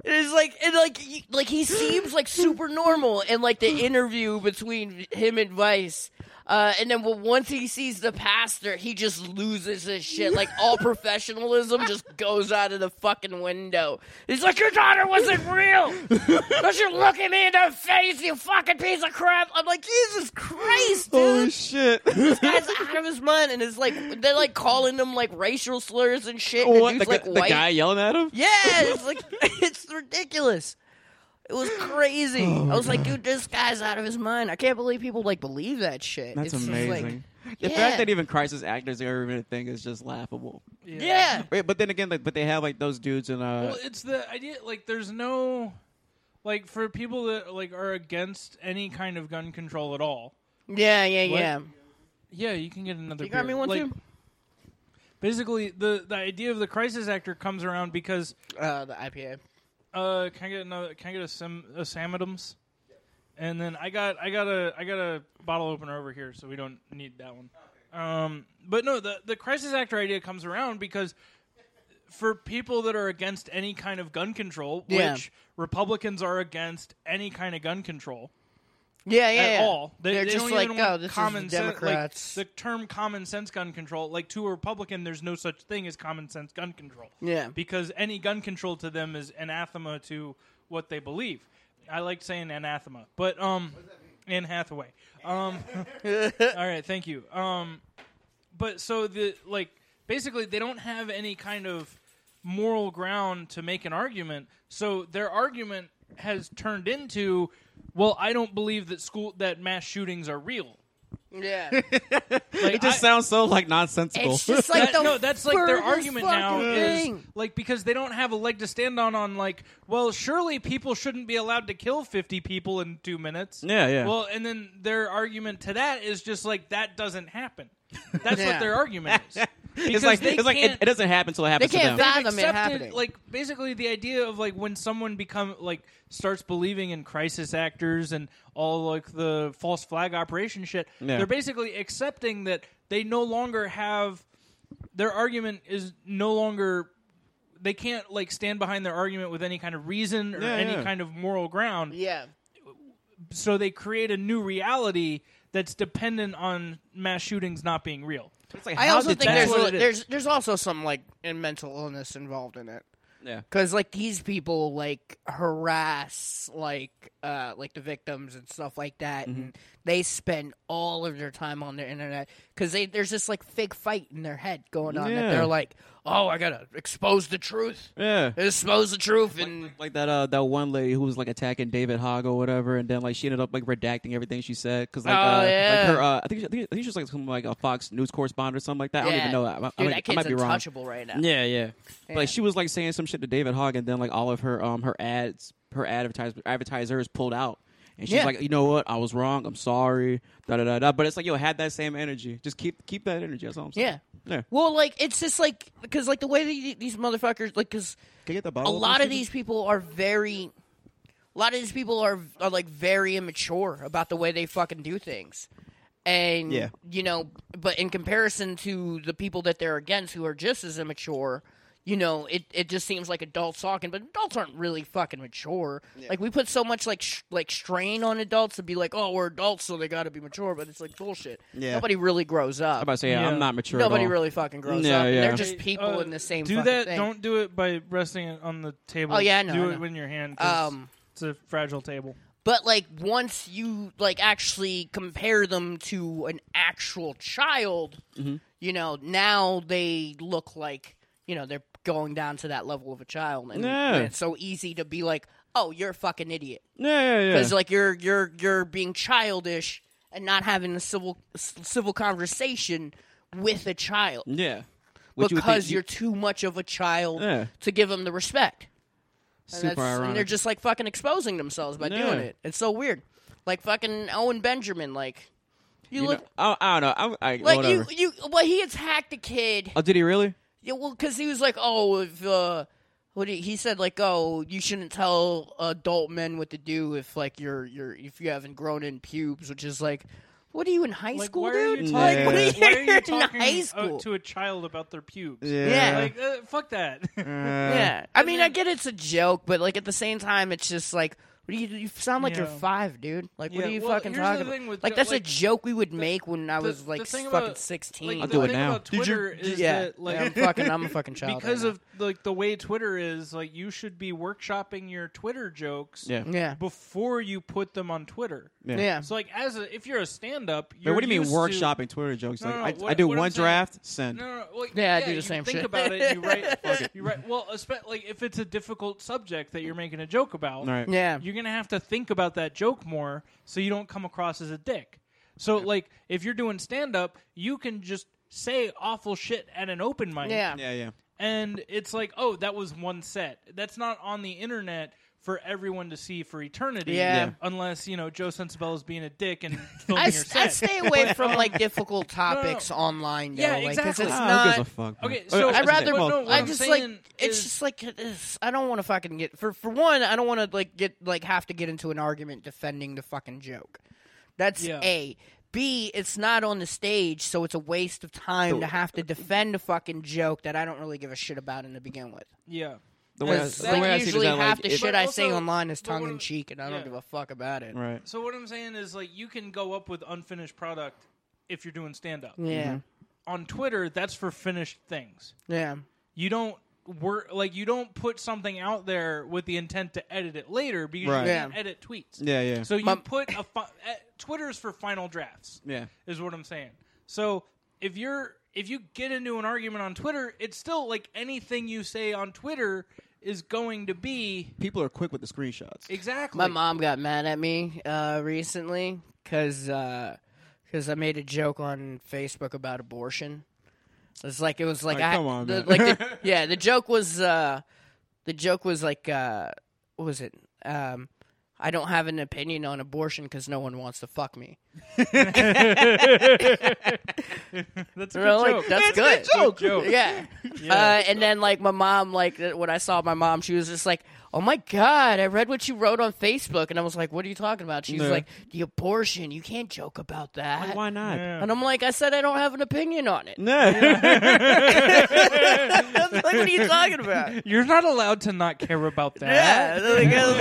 Speaker 2: It's like and like he- like he seems like super normal in like the interview between him and Vice. Uh, and then well, once he sees the pastor, he just loses his shit. Like all professionalism just goes out of the fucking window. He's like, "Your daughter wasn't real. Don't you look at me in the face, you fucking piece of crap." I'm like, Jesus Christ, dude
Speaker 1: Holy shit!
Speaker 2: guy's out of his mind, and it's like they're like calling him like racial slurs and shit. And
Speaker 1: what
Speaker 2: he's
Speaker 1: the,
Speaker 2: like
Speaker 1: gu- the
Speaker 2: white.
Speaker 1: guy yelling at him?
Speaker 2: Yeah, it's like it's ridiculous. It was crazy.
Speaker 1: Oh,
Speaker 2: I was like, dude, this guy's out of his mind. I can't believe people like believe that shit.
Speaker 1: That's
Speaker 2: It's just like-
Speaker 1: amazing. the
Speaker 2: yeah.
Speaker 1: fact that even crisis actors are even a thing is just laughable.
Speaker 2: yeah.
Speaker 1: Wait, but then again, like, but they have like those dudes in uh,
Speaker 3: Well, it's the idea. Like, there's no, like, for people that like are against any kind of gun control at all.
Speaker 2: yeah, yeah,
Speaker 3: What?
Speaker 2: yeah,
Speaker 3: Yeah, you can get another.
Speaker 2: You got
Speaker 3: beer.
Speaker 2: me one
Speaker 3: Like,
Speaker 2: too.
Speaker 3: Basically, the the idea of the crisis actor comes around because
Speaker 2: Uh, the IPA.
Speaker 3: uh, can I get another? Can I get a sim a Sam Adams? And then I got I got a I got a bottle opener over here, so we don't need that one. Um, but no, the the crisis actor idea comes around because for people that are against any kind of gun control,
Speaker 2: Yeah.
Speaker 3: which Republicans are against any kind of gun control,
Speaker 2: Yeah, yeah,
Speaker 3: at
Speaker 2: yeah.
Speaker 3: all. They,
Speaker 2: They're
Speaker 3: they
Speaker 2: just
Speaker 3: don't
Speaker 2: like,
Speaker 3: even want
Speaker 2: oh, this is
Speaker 3: common sen- like,
Speaker 2: Democrats.
Speaker 3: the term common sense gun control, like to a Republican, there's no such thing as common sense gun control.
Speaker 2: Yeah.
Speaker 3: Because any gun control to them is anathema to what they believe. I like saying anathema, but um, Anne Hathaway. Um, all right, thank you. Um, but so the like basically they don't have any kind of moral ground to make an argument so their argument has turned into well i don't believe that school that mass shootings are real
Speaker 2: Yeah,
Speaker 3: like,
Speaker 1: it just
Speaker 3: I-
Speaker 1: sounds so like nonsensical.
Speaker 2: it's just like
Speaker 3: that-
Speaker 2: the
Speaker 3: no, that's like their
Speaker 2: furthest
Speaker 3: argument now
Speaker 2: fucking
Speaker 3: is
Speaker 2: thing.
Speaker 3: like because they don't have a leg to stand on. On like, well, surely people shouldn't be allowed to kill fifty people in two minutes.
Speaker 1: Yeah, yeah.
Speaker 3: Well, and then their argument to that is just like that doesn't happen. That's
Speaker 2: Yeah.
Speaker 3: what their argument is. Because
Speaker 1: it's like
Speaker 3: they
Speaker 1: it's like it,
Speaker 3: can't-
Speaker 1: it doesn't happen until it happens to
Speaker 2: can't
Speaker 1: them.
Speaker 2: fathom-
Speaker 3: they've
Speaker 2: it
Speaker 3: accepted,
Speaker 2: happening.
Speaker 3: Like basically the idea of like when someone become like starts believing in crisis actors and all like the false flag operation shit,
Speaker 1: Yeah.
Speaker 3: they're basically accepting that they no longer have their argument is no longer they can't like stand behind their argument with any kind of reason or
Speaker 1: Yeah,
Speaker 3: any
Speaker 1: yeah.
Speaker 3: kind of moral ground.
Speaker 2: yeah,
Speaker 3: So they create a new reality that's dependent on mass shootings not being real.
Speaker 1: It's like,
Speaker 2: I
Speaker 1: how
Speaker 2: also
Speaker 1: did
Speaker 2: think
Speaker 1: that-
Speaker 2: there's
Speaker 3: That's what
Speaker 2: a,
Speaker 3: it is.
Speaker 2: there's there's also some like in mental illness involved in it.
Speaker 1: Yeah.
Speaker 2: Because like these people like harass like uh like the victims and stuff like that,
Speaker 1: Mm-hmm.
Speaker 2: and they spend all of their time on their internet because they there's this like fake fight in their head going on
Speaker 1: Yeah.
Speaker 2: that they're like, oh, I gotta expose the truth,
Speaker 1: Yeah.
Speaker 2: expose the truth, and
Speaker 1: Like that uh that one lady who was like attacking David Hogg or whatever, and then like she ended up like redacting everything she said because like,
Speaker 2: Oh,
Speaker 1: uh,
Speaker 2: yeah.
Speaker 1: like her uh, I think she, I think I think she was like some like a Fox News correspondent or something like that. I don't even
Speaker 2: Yeah.
Speaker 1: know. I, I, I
Speaker 2: dude,
Speaker 1: might-
Speaker 2: that
Speaker 1: I
Speaker 2: kid's
Speaker 1: might be wrong.
Speaker 2: untouchable right now.
Speaker 1: Yeah, yeah. But,
Speaker 2: Yeah.
Speaker 1: Like she was like saying some shit to David Hogg, and then like all of her um her ads her advertise advertisers pulled out, and she's
Speaker 2: Yeah.
Speaker 1: like, you know what, I was wrong. I'm sorry. Da da da da. But it's like yo, had that same energy. Just keep keep that energy. That's all I'm saying.
Speaker 2: Yeah.
Speaker 1: Yeah.
Speaker 2: Well, like it's just like because like the way that these motherfuckers like because
Speaker 1: Can you get the
Speaker 2: a
Speaker 1: bottle open,
Speaker 2: lot of
Speaker 1: Steven?
Speaker 2: these people are very a lot of these people are are like very immature about the way they fucking do things and
Speaker 1: Yeah.
Speaker 2: you know but in comparison to the people that they're against who are just as immature you know it, it just seems like adults talking but adults aren't really fucking mature like we put so much like sh- like strain on adults to be like oh we're adults so they got to be mature but it's like bullshit
Speaker 1: Yeah.
Speaker 2: nobody really grows
Speaker 1: I'm
Speaker 2: up
Speaker 1: about to say
Speaker 3: Yeah.
Speaker 1: I'm not mature. at
Speaker 2: nobody
Speaker 1: all.
Speaker 2: really fucking grows
Speaker 1: Yeah,
Speaker 2: up And
Speaker 1: yeah.
Speaker 2: they're just people
Speaker 3: Uh,
Speaker 2: in the same
Speaker 3: Do
Speaker 2: fucking
Speaker 3: that.
Speaker 2: thing.
Speaker 3: Don't do it by resting it on the table.
Speaker 2: Oh, yeah, I know,
Speaker 3: do
Speaker 2: I
Speaker 3: it
Speaker 2: know.
Speaker 3: with your hand. 'cause
Speaker 2: um
Speaker 3: it's a fragile table.
Speaker 2: But like once you like actually compare them to an actual child,
Speaker 1: Mm-hmm.
Speaker 2: you know, now they look like you know they're going down to that level of a child, and,
Speaker 1: Yeah.
Speaker 2: and it's so easy to be like, "Oh, you're a fucking idiot,"
Speaker 1: Yeah, yeah, yeah.
Speaker 2: because like you're you're you're being childish and not having a civil s- civil conversation with a child
Speaker 1: yeah. What you would
Speaker 2: because
Speaker 1: think-
Speaker 2: you are too much of a child
Speaker 1: Yeah.
Speaker 2: to give them the respect. And
Speaker 1: super
Speaker 2: that's-
Speaker 1: ironic.
Speaker 2: And they're just like fucking exposing themselves by
Speaker 1: Yeah.
Speaker 2: doing it. It's so weird. Like fucking Owen Benjamin. Like you,
Speaker 1: You
Speaker 2: look
Speaker 1: know, I, I don't know. I, I,
Speaker 2: like
Speaker 1: whatever.
Speaker 2: you you. Well, he attacked a kid.
Speaker 1: oh, did he really?
Speaker 2: Yeah, well, because he was like, oh, if uh, what he, he said, like, oh, you shouldn't tell adult men what to do if like you're you're if you haven't grown in pubes, which is like, what are you in high
Speaker 3: Like,
Speaker 2: school,
Speaker 3: why
Speaker 2: dude?
Speaker 3: Are you
Speaker 1: Like,
Speaker 3: talking,
Speaker 1: what are
Speaker 2: you-
Speaker 3: why are
Speaker 2: you're
Speaker 3: you
Speaker 2: in
Speaker 3: talking
Speaker 2: high
Speaker 3: uh,
Speaker 2: school.
Speaker 3: to a child about their pubes?
Speaker 2: Yeah.
Speaker 3: Like, uh, fuck that.
Speaker 2: yeah, I mean, I get it's a joke, but like at the same time, it's just like. What do you, you sound like you're
Speaker 3: Yeah.
Speaker 2: five, dude. Like, what
Speaker 3: Yeah,
Speaker 2: are you
Speaker 3: well,
Speaker 2: fucking
Speaker 3: here's
Speaker 2: talking
Speaker 3: the
Speaker 2: about?
Speaker 3: thing with
Speaker 2: like,
Speaker 3: jo-
Speaker 2: that's
Speaker 3: like,
Speaker 2: a joke we would make when I
Speaker 3: the-
Speaker 2: was like
Speaker 3: the thing
Speaker 2: fucking
Speaker 3: about-
Speaker 2: sixteen.
Speaker 3: like,
Speaker 1: I'll
Speaker 3: the
Speaker 1: do it
Speaker 3: thing
Speaker 1: now.
Speaker 3: About
Speaker 1: Did you-
Speaker 3: Twitter is
Speaker 2: yeah,
Speaker 3: that like
Speaker 2: yeah, I'm fucking, I'm a fucking child.
Speaker 3: because
Speaker 2: right
Speaker 3: of like the way Twitter is, like you should be workshopping your Twitter jokes
Speaker 1: Yeah.
Speaker 2: now. yeah,
Speaker 3: before you put them on Twitter.
Speaker 1: Yeah.
Speaker 2: yeah.
Speaker 3: So like as a if you're a stand up,
Speaker 1: Wait, what do you mean workshopping Twitter jokes?
Speaker 3: No,
Speaker 1: like
Speaker 3: no,
Speaker 1: I,
Speaker 3: what-
Speaker 1: I do
Speaker 3: what I'm
Speaker 1: one
Speaker 3: saying-
Speaker 1: draft, send.
Speaker 3: No, no, no, like,
Speaker 2: Yeah, I do the
Speaker 3: you
Speaker 2: same
Speaker 3: think
Speaker 2: shit.
Speaker 3: about it. You write, you write. Well, espe- like if it's a difficult subject that you're making a joke about,
Speaker 1: All right.
Speaker 2: Yeah.
Speaker 3: you're gonna have to think about that joke more so you don't come across as a dick. So like if you're doing stand up, you can just say awful shit at an open mic.
Speaker 2: Yeah.
Speaker 1: Yeah, yeah.
Speaker 3: And it's like, oh, that was one set. That's not on the internet for everyone to see for eternity.
Speaker 2: Yeah. Yeah.
Speaker 3: Unless, you know, Joe Sensabella's being a dick and filming
Speaker 2: I,
Speaker 3: your
Speaker 2: s- I
Speaker 3: set.
Speaker 2: stay away from like difficult topics online. Though.
Speaker 3: Yeah,
Speaker 2: like, 'cause
Speaker 3: exactly.
Speaker 2: It's
Speaker 1: Ah,
Speaker 2: not.
Speaker 1: who gives a fuck? man?
Speaker 3: Okay, so-
Speaker 1: that's
Speaker 2: I'd rather.
Speaker 1: it.
Speaker 3: Well, no, what
Speaker 2: I
Speaker 3: I'm
Speaker 2: just like.
Speaker 3: saying
Speaker 2: It's
Speaker 3: is-
Speaker 2: just like. It's, I don't want to fucking get for for one. I don't want to like get like have to get into an argument defending the fucking joke. That's
Speaker 3: Yeah.
Speaker 2: a. B. It's not on the stage, so it's a waste of time to have to defend a fucking joke that I don't really give a shit about in to begin with.
Speaker 3: yeah.
Speaker 1: the way I,
Speaker 2: It's
Speaker 1: the
Speaker 2: like
Speaker 1: way I see it is
Speaker 2: usually
Speaker 1: that,
Speaker 2: half
Speaker 1: like,
Speaker 2: the
Speaker 1: it-
Speaker 2: shit
Speaker 3: But
Speaker 2: I
Speaker 3: also-
Speaker 2: sing online is
Speaker 3: but what
Speaker 2: tongue in
Speaker 3: I'm-
Speaker 2: cheek, and I don't
Speaker 3: yeah.
Speaker 2: give a fuck about it.
Speaker 1: Right.
Speaker 3: So what I'm saying is like you can go up with unfinished product if you're doing stand up.
Speaker 2: Yeah,
Speaker 1: Mm-hmm.
Speaker 3: On Twitter, that's for finished things.
Speaker 2: yeah,
Speaker 3: You don't work like you don't put something out there with the intent to edit it later because
Speaker 1: Right.
Speaker 3: you can't
Speaker 2: Yeah.
Speaker 3: edit tweets.
Speaker 1: Yeah, yeah.
Speaker 3: So you
Speaker 2: My-
Speaker 3: put a fi- eh, Twitter's for final drafts.
Speaker 1: Yeah.
Speaker 3: is what I'm saying. So if you're if you get into an argument on Twitter, it's still like anything you say on Twitter is going to be
Speaker 1: People are quick with the screenshots.
Speaker 3: exactly.
Speaker 2: My mom got mad at me uh, recently because I made a joke on Facebook about abortion. It's like it was like
Speaker 1: Like,
Speaker 2: I
Speaker 1: come on,
Speaker 2: the,
Speaker 1: man.
Speaker 2: like the, yeah the joke was uh, the joke was like uh, what was it um, I don't have an opinion on abortion because no one wants to fuck me.
Speaker 3: That's a
Speaker 2: And I'm
Speaker 3: good
Speaker 2: like,
Speaker 3: joke.
Speaker 2: That's good.
Speaker 3: joke. Good joke.
Speaker 2: Yeah. Uh, and then like my mom, like th- when I saw my mom, she was just like, "Oh my god, I read what you wrote on Facebook," and I was like, "What are you talking about?" She's
Speaker 1: Yeah.
Speaker 2: like, "The abortion. You can't joke about that."
Speaker 1: Why not?
Speaker 3: Yeah.
Speaker 2: And I'm like, I said I don't have an opinion on it.
Speaker 1: No.
Speaker 2: I was like, what are you talking about?
Speaker 3: You're not allowed to not care about
Speaker 2: Yeah,
Speaker 3: that.
Speaker 2: like, I was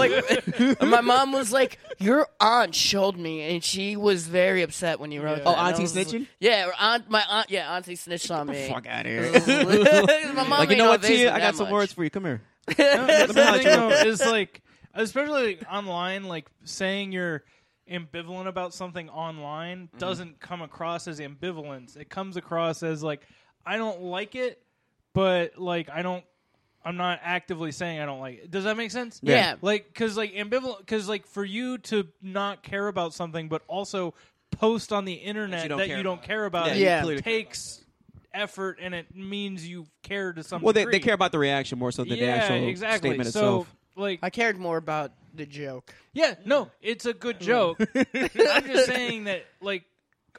Speaker 2: like- my mom was like, "Your aunt showed me, and she was very upset when you wrote."
Speaker 3: Yeah.
Speaker 2: that.
Speaker 3: Oh,
Speaker 2: And I
Speaker 1: auntie
Speaker 2: was like-
Speaker 1: snitching?
Speaker 2: yeah, her aunt, my aunt, yeah, auntie snitched on me.
Speaker 1: Fuck out of here.
Speaker 2: my mom
Speaker 1: like, you
Speaker 2: ain't
Speaker 1: know what,
Speaker 2: evasive
Speaker 1: Tia? I
Speaker 2: that
Speaker 1: got some
Speaker 2: much.
Speaker 1: words for you. Come here.
Speaker 3: No, that's the thing though is like, especially like, online, like saying you're ambivalent about something online doesn't come across as ambivalence. It comes across as like, I don't like it, but like I don't, I'm not actively saying I don't like it. Does that make sense?
Speaker 2: Yeah.
Speaker 3: Like, cause like ambivalent, cause like for you to not care about something, but also post on the internet
Speaker 1: you don't
Speaker 3: that
Speaker 1: care
Speaker 3: you don't
Speaker 1: about.
Speaker 3: care about,
Speaker 1: Yeah,
Speaker 3: it
Speaker 2: Yeah.
Speaker 1: clearly-
Speaker 3: takes effort and it means you care to some
Speaker 1: Well, they,
Speaker 3: degree.
Speaker 1: they care about the reaction more so than the
Speaker 3: yeah,
Speaker 1: actual
Speaker 3: exactly.
Speaker 1: statement
Speaker 3: so,
Speaker 1: itself.
Speaker 3: Like,
Speaker 2: I cared more about the joke.
Speaker 3: yeah, no, it's a good joke. I'm just saying that, like,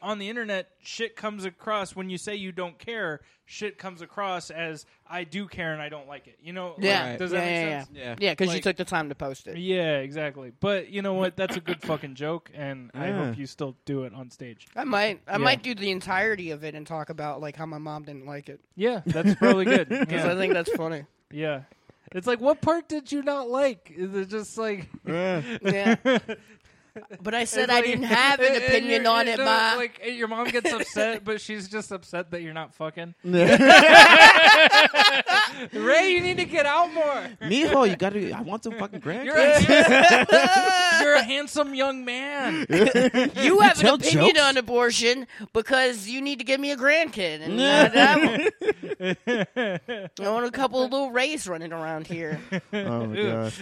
Speaker 3: on the internet, shit comes across when you say you don't care. Shit comes across as I do care and I don't like it. You know? Like,
Speaker 2: Yeah,
Speaker 1: Right.
Speaker 3: does
Speaker 2: yeah,
Speaker 3: that make
Speaker 2: yeah,
Speaker 3: sense?
Speaker 1: Yeah.
Speaker 2: yeah, because you
Speaker 3: Like-
Speaker 2: took the time to post it.
Speaker 3: Yeah, exactly. But you know what? That's a good fucking joke, and I
Speaker 1: Yeah.
Speaker 3: hope you still do it on stage.
Speaker 2: I might, I
Speaker 3: Yeah.
Speaker 2: might do the entirety of it and talk about like how my mom didn't like it
Speaker 3: Yeah, that's probably good.
Speaker 2: because I
Speaker 3: Yeah.
Speaker 2: think that's funny.
Speaker 3: yeah, it's like, what part did you not like? Is it just like?
Speaker 2: Yeah, but I said
Speaker 3: It's
Speaker 2: I
Speaker 3: like-
Speaker 2: didn't have an
Speaker 3: and- and
Speaker 2: opinion
Speaker 3: you're-
Speaker 2: on
Speaker 3: you
Speaker 2: it,
Speaker 3: know,
Speaker 2: ma.
Speaker 3: Like and your mom gets upset, but she's just upset that you're not fucking. Ray, you need to get out more.
Speaker 1: Mijo, you gotta. I want some fucking grandkids.
Speaker 3: You're a, handsome, you're a handsome young man.
Speaker 2: you have an
Speaker 1: tell
Speaker 2: opinion
Speaker 1: jokes?
Speaker 2: on abortion because you need to give me a grandkid, and not that one. I want a couple of little rays running around here.
Speaker 5: Oh my god.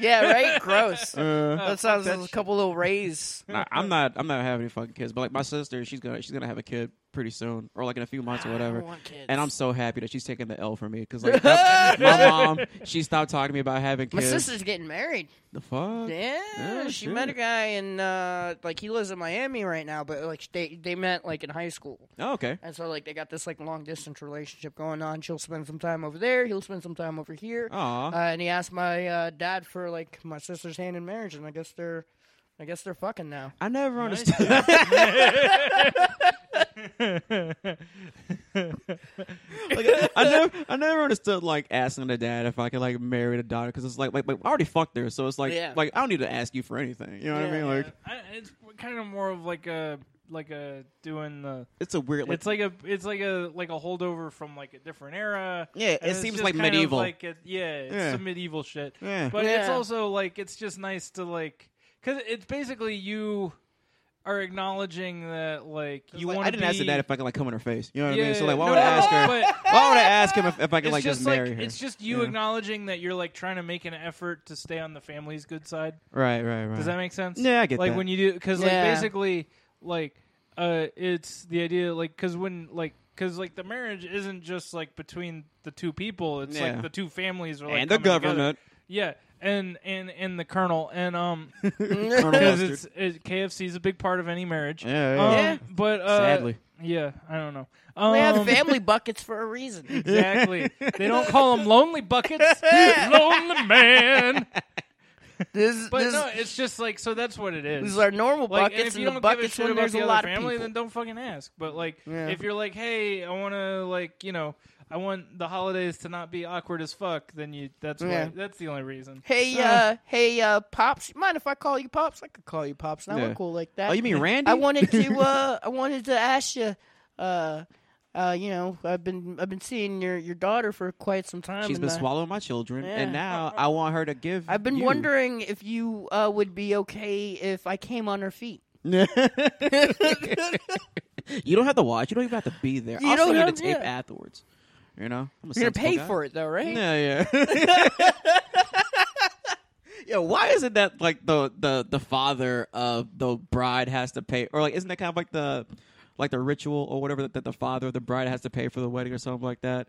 Speaker 2: Yeah, right. Gross.
Speaker 1: Uh,
Speaker 2: that sounds like a couple little rays.
Speaker 1: Nah, I'm not. I'm not having any fucking kids. But like my sister, she's gonna she's gonna have a kid pretty soon, or like in a few months or whatever.
Speaker 2: want kids.
Speaker 1: And I'm so happy that she's taking the L for me because like that- my mom, she stopped talking to me about having
Speaker 2: My
Speaker 1: kids.
Speaker 2: sister's getting married.
Speaker 1: the fuck?
Speaker 2: Yeah,
Speaker 1: Oh,
Speaker 2: she met a
Speaker 1: shit.
Speaker 2: guy in uh, like he lives in Miami right now, but like they they met like in high school,
Speaker 1: Oh, okay.
Speaker 2: and so like they got this like long distance relationship going on. She'll spend some time over there, he'll spend some time over here.
Speaker 1: Aw.
Speaker 2: Uh, and he asked my uh, dad for like my sister's hand in marriage, and I guess they're, I guess they're fucking now.
Speaker 1: I never understood. like, I never, I never understood like asking the dad if I could like marry the daughter because it's like, like, like, I already fucked her, so it's like,
Speaker 2: Yeah.
Speaker 1: like I don't need to ask you for anything. You know what I
Speaker 2: Yeah.
Speaker 1: mean? Like,
Speaker 3: I, it's kind of more of like a like a doing the.
Speaker 1: it's a weird. Like,
Speaker 3: It's like a it's like a like a holdover from like a different era.
Speaker 1: Yeah, it
Speaker 3: And it's
Speaker 1: seems
Speaker 3: just
Speaker 1: like
Speaker 3: kind of
Speaker 1: medieval.
Speaker 3: Like a, yeah, it's
Speaker 1: Yeah.
Speaker 3: some medieval shit.
Speaker 1: Yeah.
Speaker 3: But it's
Speaker 2: Yeah.
Speaker 3: also like it's just nice to like because it's basically you are acknowledging that like you
Speaker 1: like,
Speaker 3: want
Speaker 1: I
Speaker 3: to
Speaker 1: didn't
Speaker 3: be,
Speaker 1: ask the dad if I could like come in her face. You know what I
Speaker 3: yeah,
Speaker 1: mean? So like, why
Speaker 3: no,
Speaker 1: would I ask her?
Speaker 3: But
Speaker 1: Why would I ask him if, if I could
Speaker 3: it's
Speaker 1: like
Speaker 3: just,
Speaker 1: just,
Speaker 3: like
Speaker 1: marry her?
Speaker 3: it's just you
Speaker 1: Yeah.
Speaker 3: acknowledging that you're like trying to make an effort to stay on the family's good side.
Speaker 1: right, right, right.
Speaker 3: Does that make sense?
Speaker 1: Yeah, I get
Speaker 3: like
Speaker 1: that.
Speaker 3: when you do because
Speaker 2: Yeah.
Speaker 3: like basically like uh it's the idea like because when like because like the marriage isn't just like between the two people it's
Speaker 1: Yeah.
Speaker 3: like the two families are like
Speaker 1: and the
Speaker 3: coming together.
Speaker 1: government,
Speaker 3: yeah and and and the colonel and um
Speaker 1: Colonel
Speaker 3: because
Speaker 1: Mustard.
Speaker 3: it's it, KFC's a big part of any marriage
Speaker 1: Yeah, yeah,
Speaker 3: um,
Speaker 2: yeah.
Speaker 3: but uh,
Speaker 1: Sadly.
Speaker 3: yeah I don't know um,
Speaker 2: They have family buckets for a reason.
Speaker 3: exactly they don't call them lonely buckets lonely man
Speaker 2: This,
Speaker 3: but
Speaker 2: this,
Speaker 3: no it's just like so that's what it is
Speaker 2: these are normal
Speaker 3: Like, and
Speaker 2: buckets,
Speaker 3: if you
Speaker 2: and,
Speaker 3: don't
Speaker 2: the
Speaker 3: give a
Speaker 2: buckets
Speaker 3: shit
Speaker 2: when
Speaker 3: about
Speaker 2: there's
Speaker 3: the
Speaker 2: a
Speaker 3: other
Speaker 2: lot of
Speaker 3: family,
Speaker 2: people.
Speaker 3: then don't fucking ask. But like,
Speaker 1: Yeah.
Speaker 3: if you're like, hey, I want to like, you know, I want the holidays to not be awkward as fuck, then you that's why,
Speaker 2: Yeah.
Speaker 3: that's the only reason.
Speaker 2: Hey, uh, hey, uh, pops. You mind if I call you pops? I could call you pops. Now
Speaker 1: Yeah.
Speaker 2: we're cool like that.
Speaker 1: Oh, you mean Randy?
Speaker 2: I wanted to, uh, I wanted to ask you, uh, uh, you know, I've been, I've been seeing your your daughter for quite some time.
Speaker 1: She's
Speaker 2: and,
Speaker 1: been
Speaker 2: uh,
Speaker 1: swallowing my children,
Speaker 2: Yeah.
Speaker 1: and now I want her to give.
Speaker 2: I've been
Speaker 1: you.
Speaker 2: wondering if you uh, would be okay if I came on her feet.
Speaker 1: You don't have to watch. You don't even have to be there.
Speaker 2: You
Speaker 1: I'll
Speaker 2: don't
Speaker 1: send you the
Speaker 2: have-
Speaker 1: tape
Speaker 2: yeah.
Speaker 1: afterwards. You know, I'm
Speaker 2: You're gonna pay for it though, right?
Speaker 1: Yeah, yeah. Yo, why isn't that like the the the father of the bride has to pay, or like isn't that kind of like the like the ritual or whatever that, that the father of the bride has to pay for the wedding or something like that?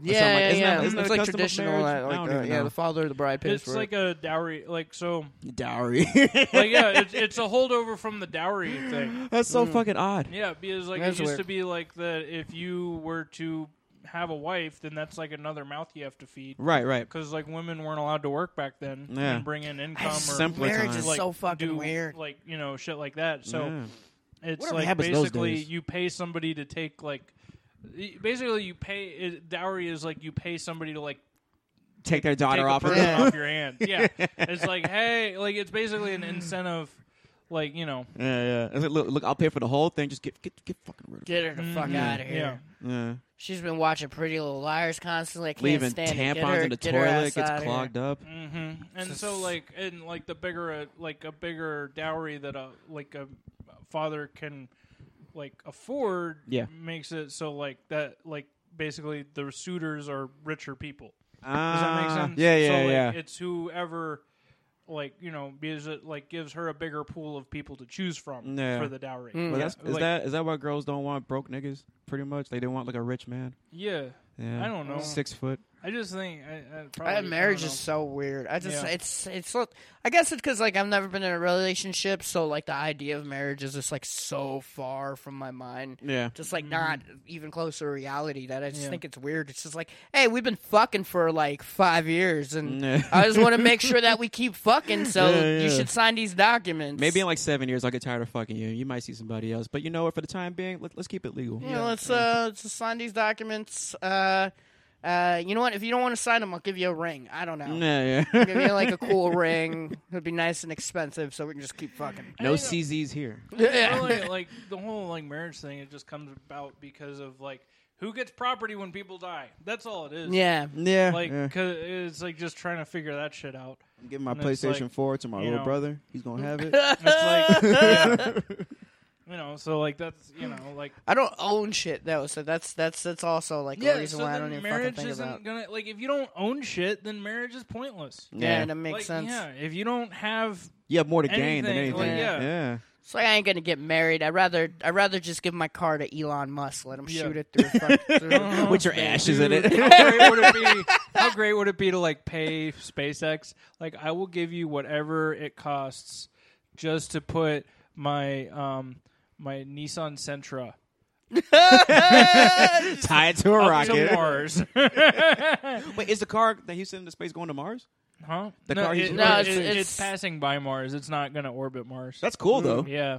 Speaker 2: yeah,
Speaker 1: something like-
Speaker 2: yeah,
Speaker 1: isn't that-
Speaker 2: yeah.
Speaker 1: isn't that
Speaker 2: it's
Speaker 1: a
Speaker 2: like
Speaker 1: custom of
Speaker 2: traditional,
Speaker 1: marriage?
Speaker 2: uh,
Speaker 1: I
Speaker 2: like
Speaker 1: don't
Speaker 2: uh,
Speaker 1: even
Speaker 2: yeah,
Speaker 1: know.
Speaker 2: the father of the bride pays
Speaker 3: It's
Speaker 2: for
Speaker 3: like
Speaker 2: it.
Speaker 3: a dowry, like so,
Speaker 1: Dowry.
Speaker 3: like yeah, it's, it's a holdover from the dowry thing.
Speaker 1: That's so fucking odd.
Speaker 3: Yeah, because like
Speaker 2: That's
Speaker 3: it used
Speaker 2: weird.
Speaker 3: to be like that if you were to have a wife, then that's like another mouth you have to feed.
Speaker 1: Right, right.
Speaker 3: Because like women weren't allowed to work back then
Speaker 1: Yeah.
Speaker 3: and bring in income or
Speaker 1: Simpler
Speaker 2: Marriage
Speaker 1: time.
Speaker 2: is
Speaker 3: like,
Speaker 2: so fucking
Speaker 3: do,
Speaker 2: weird.
Speaker 3: Like you know, shit like that. So
Speaker 1: Yeah.
Speaker 3: it's
Speaker 1: Whatever
Speaker 3: like
Speaker 1: happens those
Speaker 3: basically
Speaker 1: days.
Speaker 3: you pay somebody to take like, y- basically you pay it, dowry is like you pay somebody to like
Speaker 1: take their daughter
Speaker 3: take a
Speaker 1: off her.
Speaker 3: person off your hands. Yeah, it's like hey, like it's basically an incentive. Like you know,
Speaker 1: Yeah, yeah. It's like, look, look, I'll pay for the whole thing. Just get, get, get fucking rid of it.
Speaker 2: Get her the fuck out of here.
Speaker 3: yeah.
Speaker 1: mm-hmm. Yeah.
Speaker 2: She's been watching Pretty Little Liars constantly. I can't
Speaker 1: Leaving
Speaker 2: stand
Speaker 1: tampons
Speaker 2: it. Get her,
Speaker 1: in the
Speaker 2: get her
Speaker 1: toilet
Speaker 2: ass
Speaker 1: gets
Speaker 2: out of here.
Speaker 1: clogged up.
Speaker 3: hmm And so, like, and like the bigger, a, like a bigger dowry that a like a father can like afford,
Speaker 1: Yeah.
Speaker 3: makes it so like that, like basically the suitors are richer people. Does that make
Speaker 1: Ah,
Speaker 3: sense?
Speaker 1: Yeah,
Speaker 3: So,
Speaker 1: yeah,
Speaker 3: like,
Speaker 1: yeah.
Speaker 3: It's whoever, like you know, gives it like gives her a bigger pool of people to choose from
Speaker 1: Yeah.
Speaker 3: for the dowry.
Speaker 2: Mm.
Speaker 1: Well, that's,
Speaker 3: yeah,
Speaker 1: is
Speaker 3: like-
Speaker 1: that is that why girls don't want broke niggas? Pretty much, they don't want like a rich man.
Speaker 3: Yeah,
Speaker 1: Yeah,
Speaker 3: I don't know.
Speaker 1: Six foot.
Speaker 3: I just think I, I probably,
Speaker 2: I
Speaker 3: I
Speaker 2: think marriage
Speaker 3: don't
Speaker 2: is so weird. I just
Speaker 3: Yeah.
Speaker 2: it's it's so- I guess it's because like I've never been in a relationship, so like the idea of marriage is just like so far from my mind.
Speaker 1: Yeah,
Speaker 2: Just like not even close to reality that I just
Speaker 3: Mm-hmm. Yeah.
Speaker 2: think it's weird. It's just like, hey, we've been fucking for like five years, and
Speaker 1: Yeah.
Speaker 2: I just want to make sure that we keep fucking. So
Speaker 1: Mm. Yeah, yeah.
Speaker 2: you should sign these documents.
Speaker 1: maybe in like seven years, I'll get tired of fucking you. You might see somebody else, but you know what? For the time being, let, let's keep it legal.
Speaker 2: Yeah, let's uh let's just sign these documents. Uh, uh, you know what? If you don't want to sign them, I'll give you a ring. I don't know.
Speaker 1: Yeah, yeah.
Speaker 2: Give me like a cool ring. It'd be nice and expensive, so we can just keep fucking.
Speaker 1: no CZs here.
Speaker 3: Well, like, like the whole like marriage thing, it just comes about because of like who gets property when people die. That's all it is.
Speaker 2: Yeah.
Speaker 1: Yeah,
Speaker 3: Like
Speaker 1: yeah.
Speaker 3: 'cause it's like just trying to figure that shit out.
Speaker 1: I'm giving my
Speaker 3: and it's
Speaker 1: PlayStation
Speaker 3: like,
Speaker 1: Four to my
Speaker 3: you
Speaker 1: little
Speaker 3: know.
Speaker 1: brother. He's gonna have it.
Speaker 3: It's like yeah. you know, so like that's you know like
Speaker 2: I don't own shit though, so that's that's that's also like a reason
Speaker 3: so
Speaker 2: why I
Speaker 3: then
Speaker 2: don't even fucking
Speaker 3: marriage
Speaker 2: think
Speaker 3: isn't
Speaker 2: about.
Speaker 3: gonna like if you don't own shit, then marriage is pointless.
Speaker 2: Yeah,
Speaker 1: Yeah.
Speaker 2: that makes
Speaker 3: like,
Speaker 2: sense.
Speaker 3: Yeah, if you don't have
Speaker 1: You have more to gain than anything.
Speaker 3: Anything, like,
Speaker 1: yeah.
Speaker 3: yeah.
Speaker 2: It's like I ain't gonna get married. I'd rather I'd rather just give my car to Elon Musk, let him
Speaker 3: Yeah. Uh-huh.
Speaker 2: shoot it through. fucking through.
Speaker 1: With your ashes in
Speaker 3: Dude,
Speaker 1: it.
Speaker 3: how great would it be? How great would it be to like pay SpaceX? Like, I will give you whatever it costs just to put my um my Nissan Sentra
Speaker 1: Tie it to a
Speaker 3: up
Speaker 1: rocket.
Speaker 3: to Mars.
Speaker 1: Wait, is the car that he sent into space going to Mars?
Speaker 3: huh?
Speaker 1: The
Speaker 3: no,
Speaker 1: car he's
Speaker 3: it-
Speaker 2: No,
Speaker 3: it-
Speaker 2: it's-
Speaker 3: it's,
Speaker 2: it's-
Speaker 3: passing by Mars. It's not going to orbit Mars.
Speaker 1: That's cool though.
Speaker 3: Mm-hmm. yeah.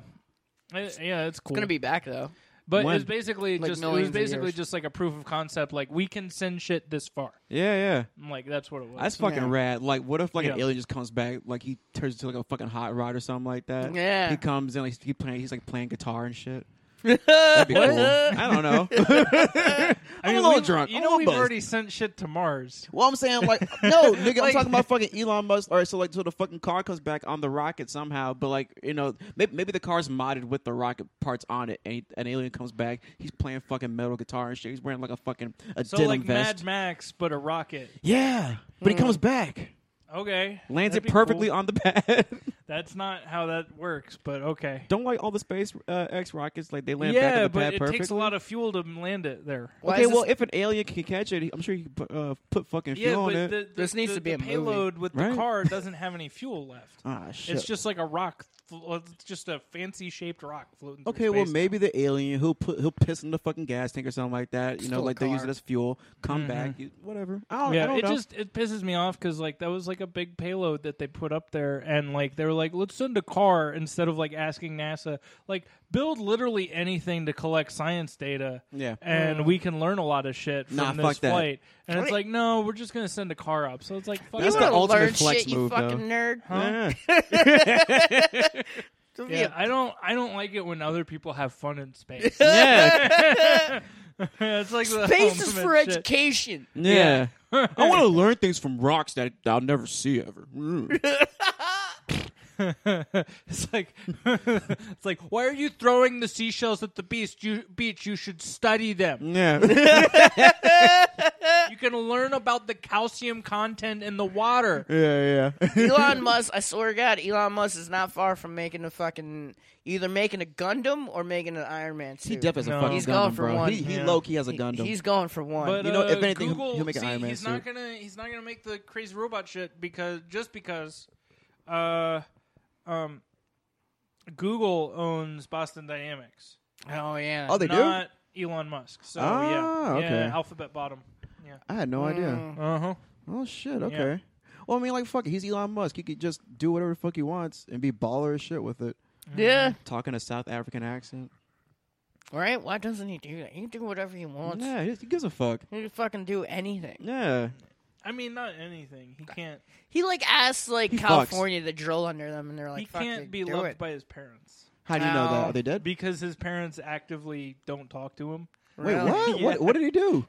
Speaker 3: It- yeah, it's
Speaker 2: It's
Speaker 3: cool.
Speaker 2: gonna be back though.
Speaker 3: but
Speaker 1: When?
Speaker 3: it's basically
Speaker 2: Like
Speaker 3: just it
Speaker 2: millions
Speaker 3: was
Speaker 2: of
Speaker 3: basically
Speaker 2: years.
Speaker 3: just like a proof of concept. Like we can send shit this far.
Speaker 1: Yeah, yeah.
Speaker 3: I'm like that's what it was.
Speaker 1: That's fucking
Speaker 2: Yeah.
Speaker 1: rad. Like, what if like an
Speaker 3: Yeah.
Speaker 1: alien just comes back, like he turns into like a fucking hot rod or something like that?
Speaker 2: Yeah.
Speaker 1: he comes in, like he playing, he's like playing guitar and shit. That'd be cool. I don't know.
Speaker 3: I
Speaker 1: I'm
Speaker 3: mean,
Speaker 1: a little
Speaker 3: we-
Speaker 1: drunk.
Speaker 3: You
Speaker 1: I'm a
Speaker 3: know
Speaker 1: little
Speaker 3: we've
Speaker 1: buzzed.
Speaker 3: already sent shit to Mars.
Speaker 1: Well, I'm saying like, no, nigga, I'm
Speaker 3: Like-
Speaker 1: talking about fucking Elon Musk. All right, so like, so the fucking car comes back on the rocket somehow, but like, you know, maybe, maybe the car's modded with the rocket parts on it, and he- an alien comes back, he's playing fucking metal guitar and shit. He's wearing like a fucking a
Speaker 3: So
Speaker 1: denim
Speaker 3: like
Speaker 1: vest.
Speaker 3: Mad Hmm. Max, but a rocket.
Speaker 1: yeah, but he comes back,
Speaker 3: Okay,
Speaker 1: lands
Speaker 3: That'd
Speaker 1: it
Speaker 3: be
Speaker 1: perfectly
Speaker 3: cool.
Speaker 1: on the pad.
Speaker 3: That's not how that works, but okay.
Speaker 1: Don't like all the space uh, X rockets, like they land back on
Speaker 3: yeah,
Speaker 1: the
Speaker 3: but
Speaker 1: pad
Speaker 3: it
Speaker 1: perfectly.
Speaker 3: takes a lot of fuel to land it there.
Speaker 2: Why
Speaker 1: okay,
Speaker 2: is
Speaker 1: well,
Speaker 2: this-
Speaker 1: if an alien can catch it, I'm sure he can put, uh, put fucking fuel
Speaker 3: Yeah,
Speaker 1: on
Speaker 3: but
Speaker 1: it.
Speaker 3: the, the,
Speaker 2: This needs
Speaker 3: the-
Speaker 2: to be
Speaker 3: the
Speaker 2: a movie.
Speaker 3: payload with
Speaker 1: Right.
Speaker 3: the car doesn't have any fuel left.
Speaker 1: ah, shit.
Speaker 3: It's just like a rock, flo- it's just a fancy shaped rock floating. through
Speaker 1: Okay, well
Speaker 3: space.
Speaker 1: maybe the alien who'll put he'll piss in the fucking gas tank or something like that. You know,
Speaker 2: Still a
Speaker 1: like they use
Speaker 2: car.
Speaker 1: it as fuel. Come back, you, whatever. I don't, I
Speaker 3: Mm-hmm. Yeah,
Speaker 1: don't
Speaker 3: it
Speaker 1: know.
Speaker 3: just it pisses me off because like that was like a big payload that they put up there, and like they were like, let's send a car instead of like asking NASA, like build literally anything to collect science data.
Speaker 1: Yeah.
Speaker 3: and we can learn a lot of shit from
Speaker 1: Nah,
Speaker 3: this
Speaker 1: fuck that.
Speaker 3: flight. And it's
Speaker 2: Wait.
Speaker 3: like, no, we're just gonna send a car up. So it's like, fuck
Speaker 1: That's
Speaker 2: you
Speaker 1: the
Speaker 3: that.
Speaker 2: wanna
Speaker 1: ultimate
Speaker 2: learn
Speaker 1: flex
Speaker 2: shit, you
Speaker 1: move, though.
Speaker 2: fucking nerd.
Speaker 1: yeah.
Speaker 2: Don't be a
Speaker 3: yeah, I don't, I don't like it when other people have fun in space.
Speaker 1: yeah,
Speaker 3: it's like the
Speaker 2: Space is
Speaker 3: ultimate
Speaker 2: for
Speaker 3: shit.
Speaker 2: education.
Speaker 1: yeah. I want to learn things from rocks that I'll never see ever. Mm.
Speaker 3: it's like it's like why are you throwing the seashells at the beach? You beach, you should study them.
Speaker 1: yeah,
Speaker 3: You can learn about the calcium content in the water.
Speaker 1: yeah, yeah.
Speaker 2: Elon Musk, I swear to God, Elon Musk is not far from making a fucking either making a Gundam or making an Iron Man.
Speaker 1: he
Speaker 2: suit.
Speaker 1: deaf as a
Speaker 3: No.
Speaker 1: fucking
Speaker 2: He's
Speaker 1: Gundam,
Speaker 2: going for
Speaker 1: bro.
Speaker 2: one.
Speaker 1: He, he
Speaker 3: Yeah.
Speaker 1: low key has a
Speaker 2: He-
Speaker 1: Gundam.
Speaker 2: He's going for one.
Speaker 3: But
Speaker 1: You know,
Speaker 3: uh,
Speaker 1: if anything, he'll-
Speaker 3: Google,
Speaker 1: he'll make an
Speaker 3: see,
Speaker 1: Iron Man
Speaker 3: he's not
Speaker 1: suit.
Speaker 3: gonna he's not gonna make the crazy robot shit because just because, uh, um, Google owns Boston Dynamics, uh,
Speaker 2: oh yeah.
Speaker 1: oh, they do.
Speaker 3: not Elon Musk. So
Speaker 1: Ah,
Speaker 3: yeah,
Speaker 1: okay.
Speaker 3: yeah, Alphabet bottom. Yeah.
Speaker 1: I had no idea.
Speaker 3: Uh huh.
Speaker 1: Oh shit. Okay. Well, I mean, like, fuck it. He's Elon Musk. He could just do whatever the fuck he wants and be baller as shit with it.
Speaker 2: yeah.
Speaker 1: Talking a South African accent.
Speaker 2: Right? Why doesn't he do that? He can do whatever he wants.
Speaker 1: Yeah, he he gives a fuck.
Speaker 2: He can fucking do anything.
Speaker 1: Yeah.
Speaker 3: I mean, not anything. He can't.
Speaker 2: He like asked like
Speaker 1: He fucks.
Speaker 2: California to drill under them, and they're like,
Speaker 3: he
Speaker 2: "Fuck
Speaker 3: can't
Speaker 2: it,
Speaker 3: be
Speaker 2: do
Speaker 3: loved
Speaker 2: it."
Speaker 3: by his parents
Speaker 1: How do you know that?
Speaker 2: Ow.
Speaker 1: Are they dead?
Speaker 3: because his parents actively don't talk to him.
Speaker 1: Wait,
Speaker 2: Really?
Speaker 1: what?
Speaker 3: Yeah.
Speaker 1: What? What did he do?